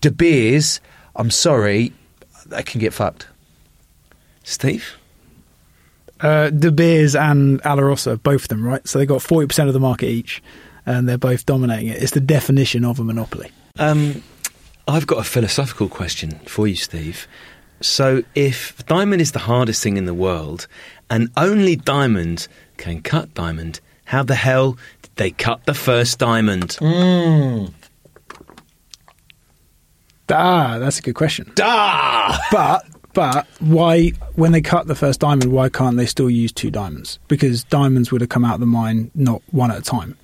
Speaker 7: De Beers, I'm sorry, they can get fucked.
Speaker 5: Steve.
Speaker 8: Uh, De Beers and Alarosa, both of them, right? So they got 40% of the market each, and they're both dominating it. It's the definition of a monopoly.
Speaker 5: Um, I've got a philosophical question for you, Steve. So, if diamond is the hardest thing in the world, and only diamond can cut diamond, how the hell did they cut the first diamond?
Speaker 8: Mm. Ah, that's a good question.
Speaker 5: Da!
Speaker 8: But but why, when they cut the first diamond, why can't they still use two diamonds? Because diamonds would have come out of the mine not one at a time.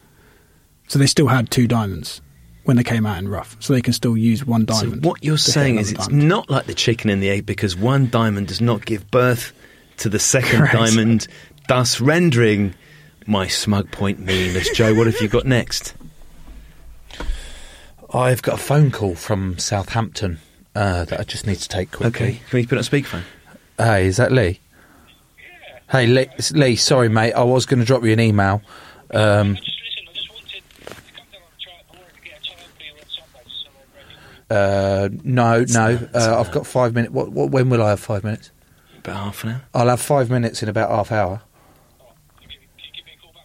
Speaker 8: So they still had two diamonds when they came out in rough. So they can still use one
Speaker 5: So,
Speaker 8: diamond.
Speaker 5: what you're
Speaker 8: to hit
Speaker 5: saying
Speaker 8: another
Speaker 5: is it's
Speaker 8: diamond.
Speaker 5: not like the chicken and the egg because one diamond does not give birth to the second
Speaker 8: Correct.
Speaker 5: diamond, thus rendering my smug point meaningless. Joe, what have you got next?
Speaker 7: I've got a phone call from Southampton uh, that I just need to take quickly.
Speaker 5: Okay, can we put it on speakerphone?
Speaker 7: Hey, is that Lee? Hey, Lee, it's Lee, sorry, mate. I was going to drop you an email. Um, uh, no, no. Uh, I've got five minutes. What, what, when will I have five minutes?
Speaker 5: About half an hour.
Speaker 7: I'll have five minutes in about half hour.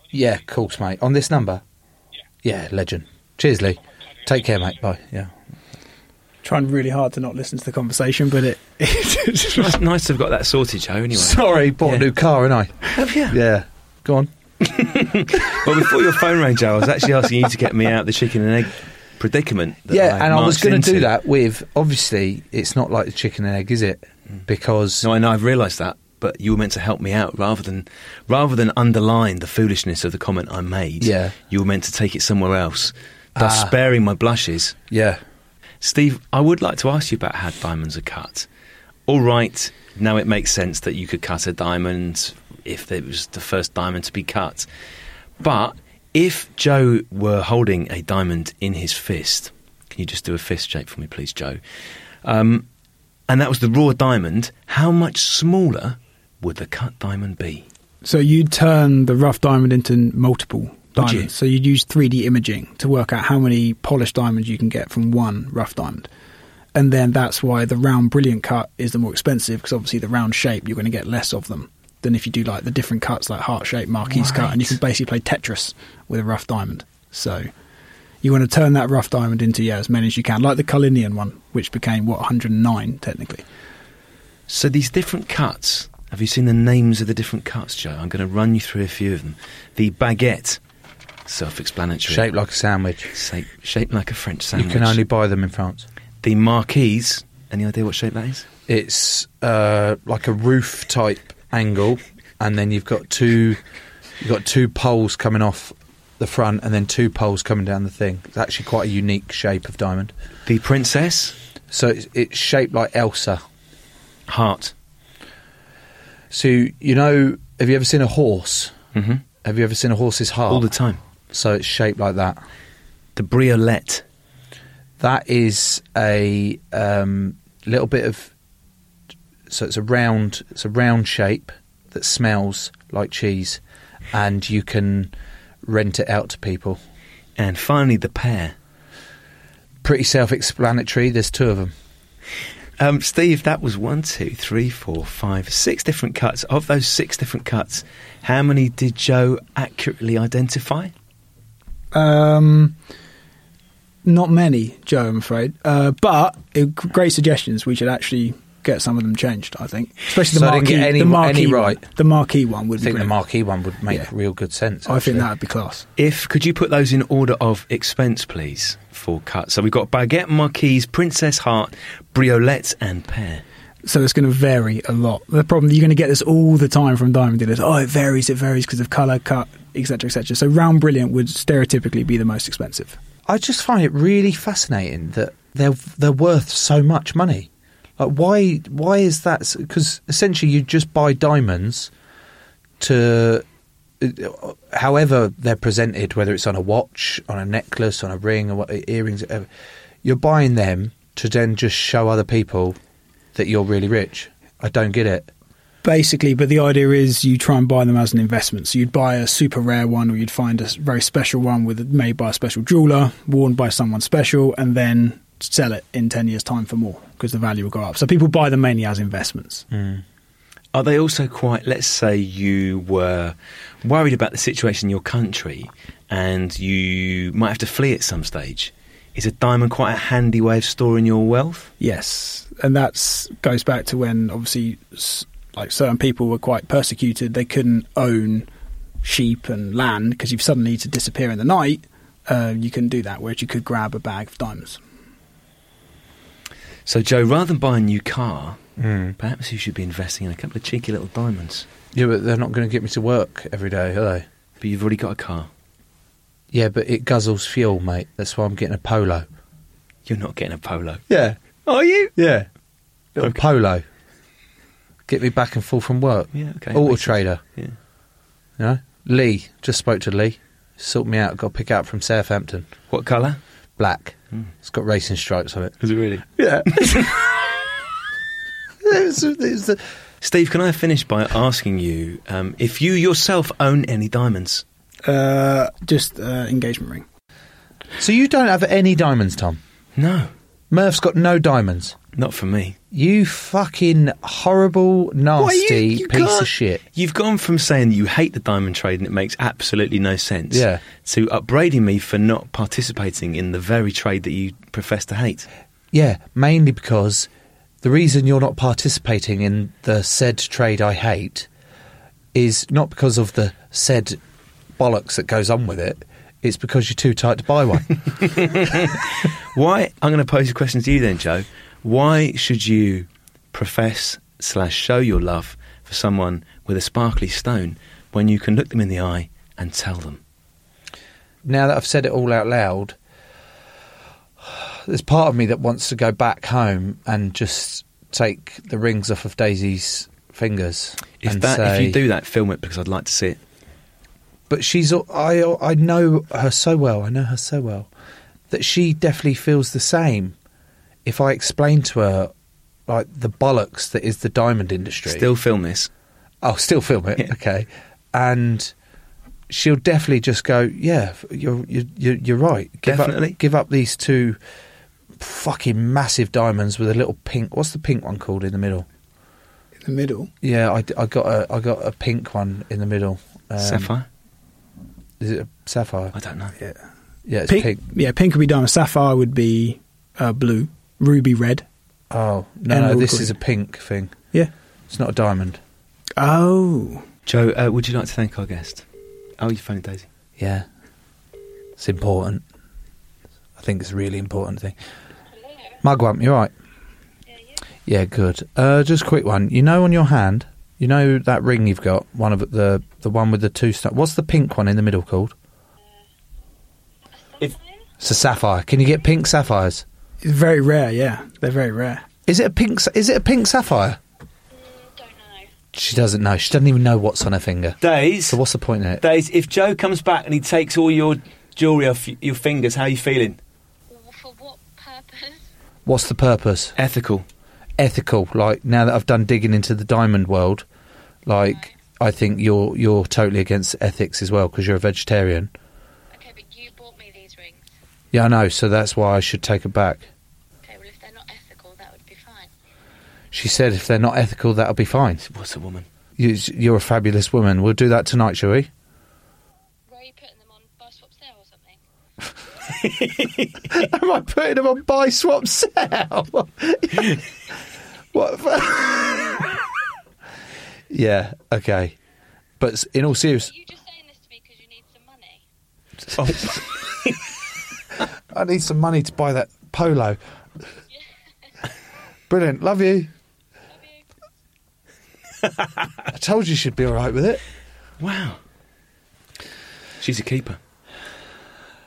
Speaker 7: Yeah, of course, mate. On this number? Yeah, legend. Cheers, Lee. Take care, mate. Bye. Yeah.
Speaker 8: trying really hard to not listen to the conversation, but it. it's
Speaker 5: nice, nice to have got that sorted, Joe. Anyway, Oh,
Speaker 7: Sorry, bought
Speaker 5: Yeah.
Speaker 7: a new car, and I.
Speaker 5: Have you?
Speaker 7: Yeah. Go on.
Speaker 5: well, before your phone rang, Joe, I was actually asking you to get me out of the chicken and egg predicament. that
Speaker 7: yeah, and I was
Speaker 5: marched
Speaker 7: going to do
Speaker 5: into.
Speaker 7: that with. Obviously, it's not like the chicken and egg, is it? Because
Speaker 5: Mm. no, I know I've realised that, but you were meant to help me out rather than rather than underline the foolishness of the comment I made.
Speaker 7: Yeah.
Speaker 5: you were meant to take it somewhere else, thus
Speaker 7: Ah.
Speaker 5: sparing my blushes.
Speaker 7: Yeah,
Speaker 5: Steve, I would like to ask you about how diamonds are cut. All right, now it makes sense that you could cut a diamond if it was the first diamond to be cut, but if Joe were holding a diamond in his fist, can you just do a fist shape for me, please, Joe? Um, and that was the raw diamond. How much smaller would the cut diamond be?
Speaker 8: So you'd turn the rough diamond into multiple
Speaker 5: Would you?
Speaker 8: diamonds. So you'd use 3D imaging to work out how many polished diamonds you can get from one rough diamond. And then that's why the round brilliant cut is the more expensive because obviously the round shape you're going to get less of them than if you do like the different cuts like heart shape, marquise cut, and you can basically play Tetris with a rough diamond. So you want to turn that rough diamond into yeah as many as you can, like the Cullinan one, which became what 109 technically.
Speaker 5: So these different cuts. Have you seen the names of the different cuts, Joe? I'm going to run you through a few of them. The baguette, self-explanatory.
Speaker 7: shaped like a sandwich.
Speaker 5: Shape, shaped like a French sandwich.
Speaker 7: You can only buy them in France.
Speaker 5: The marquise. Any idea what shape that is?
Speaker 7: It's uh, like a roof type angle, and then you've got two, you've got two poles coming off the front, and then two poles coming down the thing. It's actually quite a unique shape of diamond.
Speaker 5: The princess.
Speaker 7: So it's, it's shaped like Elsa.
Speaker 5: Heart.
Speaker 7: So you know, have you ever seen a horse?
Speaker 5: Mhm.
Speaker 7: Have you ever seen a horse's heart?
Speaker 5: All the time.
Speaker 7: So it's shaped like that.
Speaker 5: The briolette.
Speaker 7: That is a um, little bit of. So it's a round. It's a round shape that smells like cheese, and you can rent it out to people.
Speaker 5: And finally, the pear.
Speaker 7: Pretty self-explanatory. There's two of them.
Speaker 5: Um, Steve, that was one, two, three, four, five, six different cuts. Of those six different cuts, how many did Joe accurately identify?
Speaker 8: Um, not many, Joe, I'm afraid. Uh, but it, great suggestions. We should actually get some of them changed. I think, especially
Speaker 7: So
Speaker 8: the
Speaker 7: I didn't
Speaker 8: marquee.
Speaker 7: get any-
Speaker 8: the marquee
Speaker 7: any
Speaker 8: one.
Speaker 7: right.
Speaker 8: The marquee one would
Speaker 7: I think
Speaker 8: be.
Speaker 7: the
Speaker 8: great.
Speaker 7: marquee one would make real good sense.
Speaker 8: I think
Speaker 7: actually.
Speaker 8: that would be class.
Speaker 5: If could you put those in order of expense, please, for cuts? So we've got baguette, marquise, princess heart, briolette, and pear.
Speaker 8: So it's going to vary a lot. The problem you're going to get this all the time from diamond dealers. Oh, it varies. It varies because of color, cut, etc., etc. So round brilliant would stereotypically be the most expensive.
Speaker 7: I just find it really fascinating that they're they're worth so much money. Like why why is that? Because essentially you just buy diamonds to uh, however they're presented, whether it's on a watch, on a necklace, on a ring, or what, earrings. whatever, You're buying them to then just show other people that you're really rich. I don't get it.
Speaker 8: Basically, but the idea is you try and buy them as an investment. So you'd buy a super rare one, or you'd find a s- very special one with made by a special jeweler, worn by someone special, and then sell it in ten years' time for more because the value will go up. So people buy them mainly as investments.
Speaker 5: Are they also quite, let's say you were worried about the situation in your country and you might have to flee at some stage? Is a diamond quite a handy way of storing your wealth?
Speaker 8: Yes, and that's goes back to when obviously s- like certain people were quite persecuted. They couldn't own sheep and land because you suddenly need to disappear in the night. Uh, you couldn't do that, whereas you could grab a bag of diamonds.
Speaker 5: So, Joe, rather than buy a new car, perhaps you should be investing in a couple of cheeky little diamonds.
Speaker 7: Yeah, but they're not going to get me to work every day, are they?
Speaker 5: But you've already got a car.
Speaker 7: Yeah, but it guzzles fuel, mate. That's why I'm getting a polo.
Speaker 5: You're not getting a polo.
Speaker 7: Yeah.
Speaker 5: Are you?
Speaker 7: Yeah. Little polo. Get me back and forth from work.
Speaker 5: Yeah, okay, that makes
Speaker 7: Auto
Speaker 5: sense.
Speaker 7: trader.
Speaker 5: Yeah.
Speaker 7: You know? Lee. Just spoke to Lee. Sort me out. Got to pick up from Southampton.
Speaker 5: What colour?
Speaker 7: Black.
Speaker 5: Hmm.
Speaker 7: It's got racing stripes on it.
Speaker 5: Is it really?
Speaker 7: Yeah.
Speaker 5: Steve, can I finish by asking you um, if you yourself own any diamonds?
Speaker 8: Uh, just uh, engagement ring.
Speaker 7: so you don't have any diamonds, Tom?
Speaker 5: No,
Speaker 7: Murph's got no diamonds.
Speaker 5: not for me.
Speaker 7: You fucking horrible,
Speaker 5: What are you-
Speaker 7: nasty
Speaker 5: you
Speaker 7: piece
Speaker 5: can't-
Speaker 7: of shit.
Speaker 5: You've gone from saying that you hate the diamond trade and it makes absolutely no sense
Speaker 7: Yeah.
Speaker 5: to upbraiding me for not participating in the very trade that you profess to hate.
Speaker 7: Yeah, mainly because the reason you're not participating in the said trade I hate is not because of the said bollocks that goes on with it. It's because you're too tight to buy one.
Speaker 5: Why? I'm going to pose a question to you then, Joe. Why should you profess slash show your love for someone with a sparkly stone when you can look them in the eye and tell them?
Speaker 7: now that I've said it all out loud, there's part of me that wants to go back home and just take the rings off of Daisy's fingers.
Speaker 5: If
Speaker 7: and
Speaker 5: that, if
Speaker 7: say-
Speaker 5: you do that, film it because I'd like to see it.
Speaker 7: but she's I I know her so well. I know her so well that she definitely feels the same. If I explain to her like the bollocks that is the diamond industry,
Speaker 5: Still film this.
Speaker 7: I'll still film it. Okay, and she'll definitely just go, yeah, f- you're you're you're, you're right. Give
Speaker 5: Definitely.
Speaker 7: up, give up these two fucking massive diamonds with a little pink. What's the pink one called in the middle?
Speaker 8: in the middle.
Speaker 7: Yeah, I, I got a I got a pink one in the middle. Um,
Speaker 5: Sapphire?
Speaker 7: Is it a sapphire?
Speaker 5: I don't know.
Speaker 8: Yeah,
Speaker 7: yeah, it's
Speaker 8: pink,
Speaker 7: pink.
Speaker 8: Yeah, pink would be diamond. Sapphire would be uh, blue. Ruby red.
Speaker 7: Oh no, no,
Speaker 8: Emerald
Speaker 7: this
Speaker 8: green.
Speaker 7: is a pink thing.
Speaker 8: Yeah.
Speaker 7: it's not a diamond.
Speaker 8: Oh.
Speaker 5: Joe, uh, would you like to thank our guest? Oh, you phoned Daisy.
Speaker 7: Yeah, it's important. I think it's a really important thing. Mugwump, you're right. Yeah, good. Uh, just a quick one. You know, on your hand, you know that ring you've got. One of the the one with the two stars. What's the pink one in the middle called? It's a sapphire. Can you get pink sapphires?
Speaker 8: It's very rare, yeah. They're very rare.
Speaker 7: Is it a pink? sa- Is it a pink sapphire? She doesn't know. She doesn't even know what's on her finger.
Speaker 5: Days. So
Speaker 7: what's the point in it?
Speaker 5: Days, if Joe comes back and he takes all your jewellery off y- your fingers, how are you feeling?
Speaker 7: What's the purpose?
Speaker 5: Ethical.
Speaker 7: Ethical. Like now that I've done digging into the diamond world, like I think you're you're totally against ethics as well because you're a vegetarian. Okay, but you bought me these rings. Yeah, I know. So that's why I should take them back. Okay, well if they're not ethical, that would be fine. She said if they're not ethical, that'll be fine.
Speaker 5: What's a woman?
Speaker 7: You, you're a fabulous woman. We'll do that tonight, shall we? Am I putting them on buy swap sale? what? yeah. Okay. But s- in all seriousness, you just saying this to me because you need some money? I need some money to buy that polo. Brilliant. Love you. I told you she'd be all right with it.
Speaker 5: Wow. She's a keeper.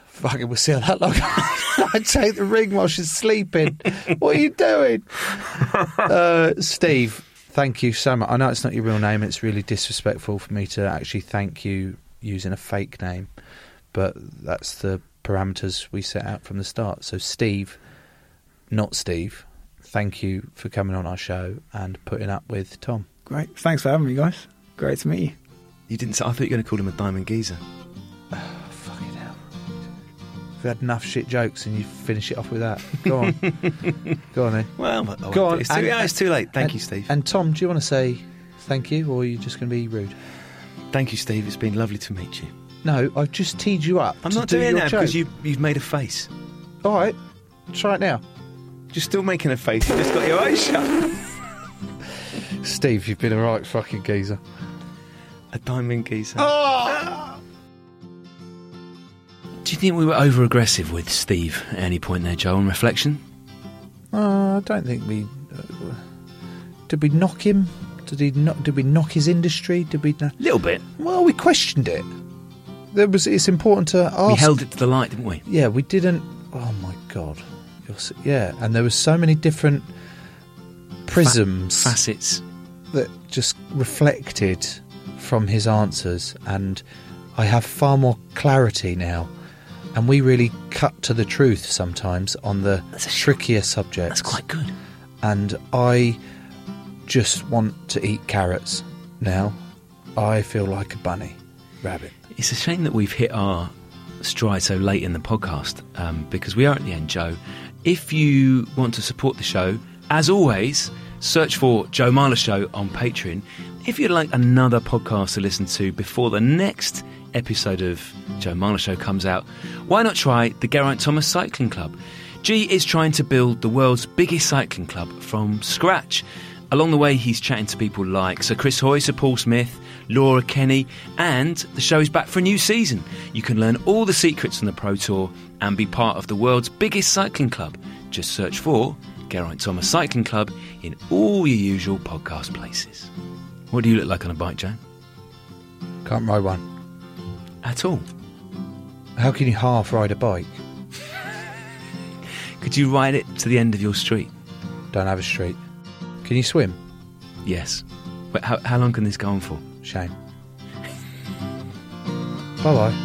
Speaker 7: Fucking, we'll see how that long. I take the ring while she's sleeping. what are you doing, uh, Steve? Thank you so much. I know it's not your real name. It's really disrespectful for me to actually thank you using a fake name, but that's the parameters we set out from the start. So, Steve, not Steve. Thank you for coming on our show and putting up with Tom.
Speaker 8: Great. Thanks for having me, guys. Great to meet you.
Speaker 5: You didn't say, I thought you were going to call him a diamond geezer.
Speaker 7: We've had enough shit jokes, and you finish it off with that. Go on, go on. Then.
Speaker 5: Well, but- oh, it's too- yeah, it's too late. Thank you, Steve.
Speaker 7: And Tom, do you want to say thank you, or are you just going to be rude?
Speaker 5: Thank you, Steve. It's been lovely to meet you.
Speaker 7: No, I've just teed you up.
Speaker 5: I'm
Speaker 7: to
Speaker 5: not
Speaker 7: do
Speaker 5: doing
Speaker 7: your
Speaker 5: that
Speaker 7: joke.
Speaker 5: because you, you've made a face.
Speaker 7: All right, try it now.
Speaker 5: You're still making a face. You've just got your eyes shut.
Speaker 7: Steve, you've been a right fucking geezer.
Speaker 5: A diamond geezer.
Speaker 7: Ah!
Speaker 5: Do you think we were over aggressive with Steve at any point there, Joe, on reflection?
Speaker 7: Oh, I don't think we. Uh, did we knock him? Did he not? Did we knock his industry? Did we? A
Speaker 5: little bit.
Speaker 7: Well, we questioned it. There was. It's important to ask.
Speaker 5: We held it to the light, didn't we?
Speaker 7: Yeah, we didn't. Oh my god. You're s yeah, and there were so many different prisms,
Speaker 5: facets
Speaker 7: that just reflected from his answers, and I have far more clarity now. And we really cut to the truth sometimes on the trickier subjects. That's quite
Speaker 5: good.
Speaker 7: And I just want to eat carrots now. I feel like a bunny rabbit.
Speaker 5: It's a shame that we've hit our stride so late in the podcast um, because we are at the end, Joe. If you want to support the show, as always, search for Joe Marler Show on Patreon. If you'd like another podcast to listen to before the next episode of Joe Marler Show comes out, why not try the Geraint Thomas Cycling Club? G is trying to build the world's biggest cycling club from scratch. Along the way, he's chatting to people like Sir Chris Hoy, Sir Paul Smith, Laura Kenny, and the show is back for a new season. You can learn all the secrets on the Pro Tour and be part of the world's biggest cycling club. Just search for Geraint Thomas Cycling Club in all your usual podcast places. What do you look like on a bike, Jan?
Speaker 7: Can't ride one.
Speaker 5: At all.
Speaker 7: How can you half ride a bike?
Speaker 5: Could you ride it to the end of your street?
Speaker 7: Don't have a street. Can you swim?
Speaker 5: Yes. But how, how long can this go on for?
Speaker 7: Shame. Bye bye.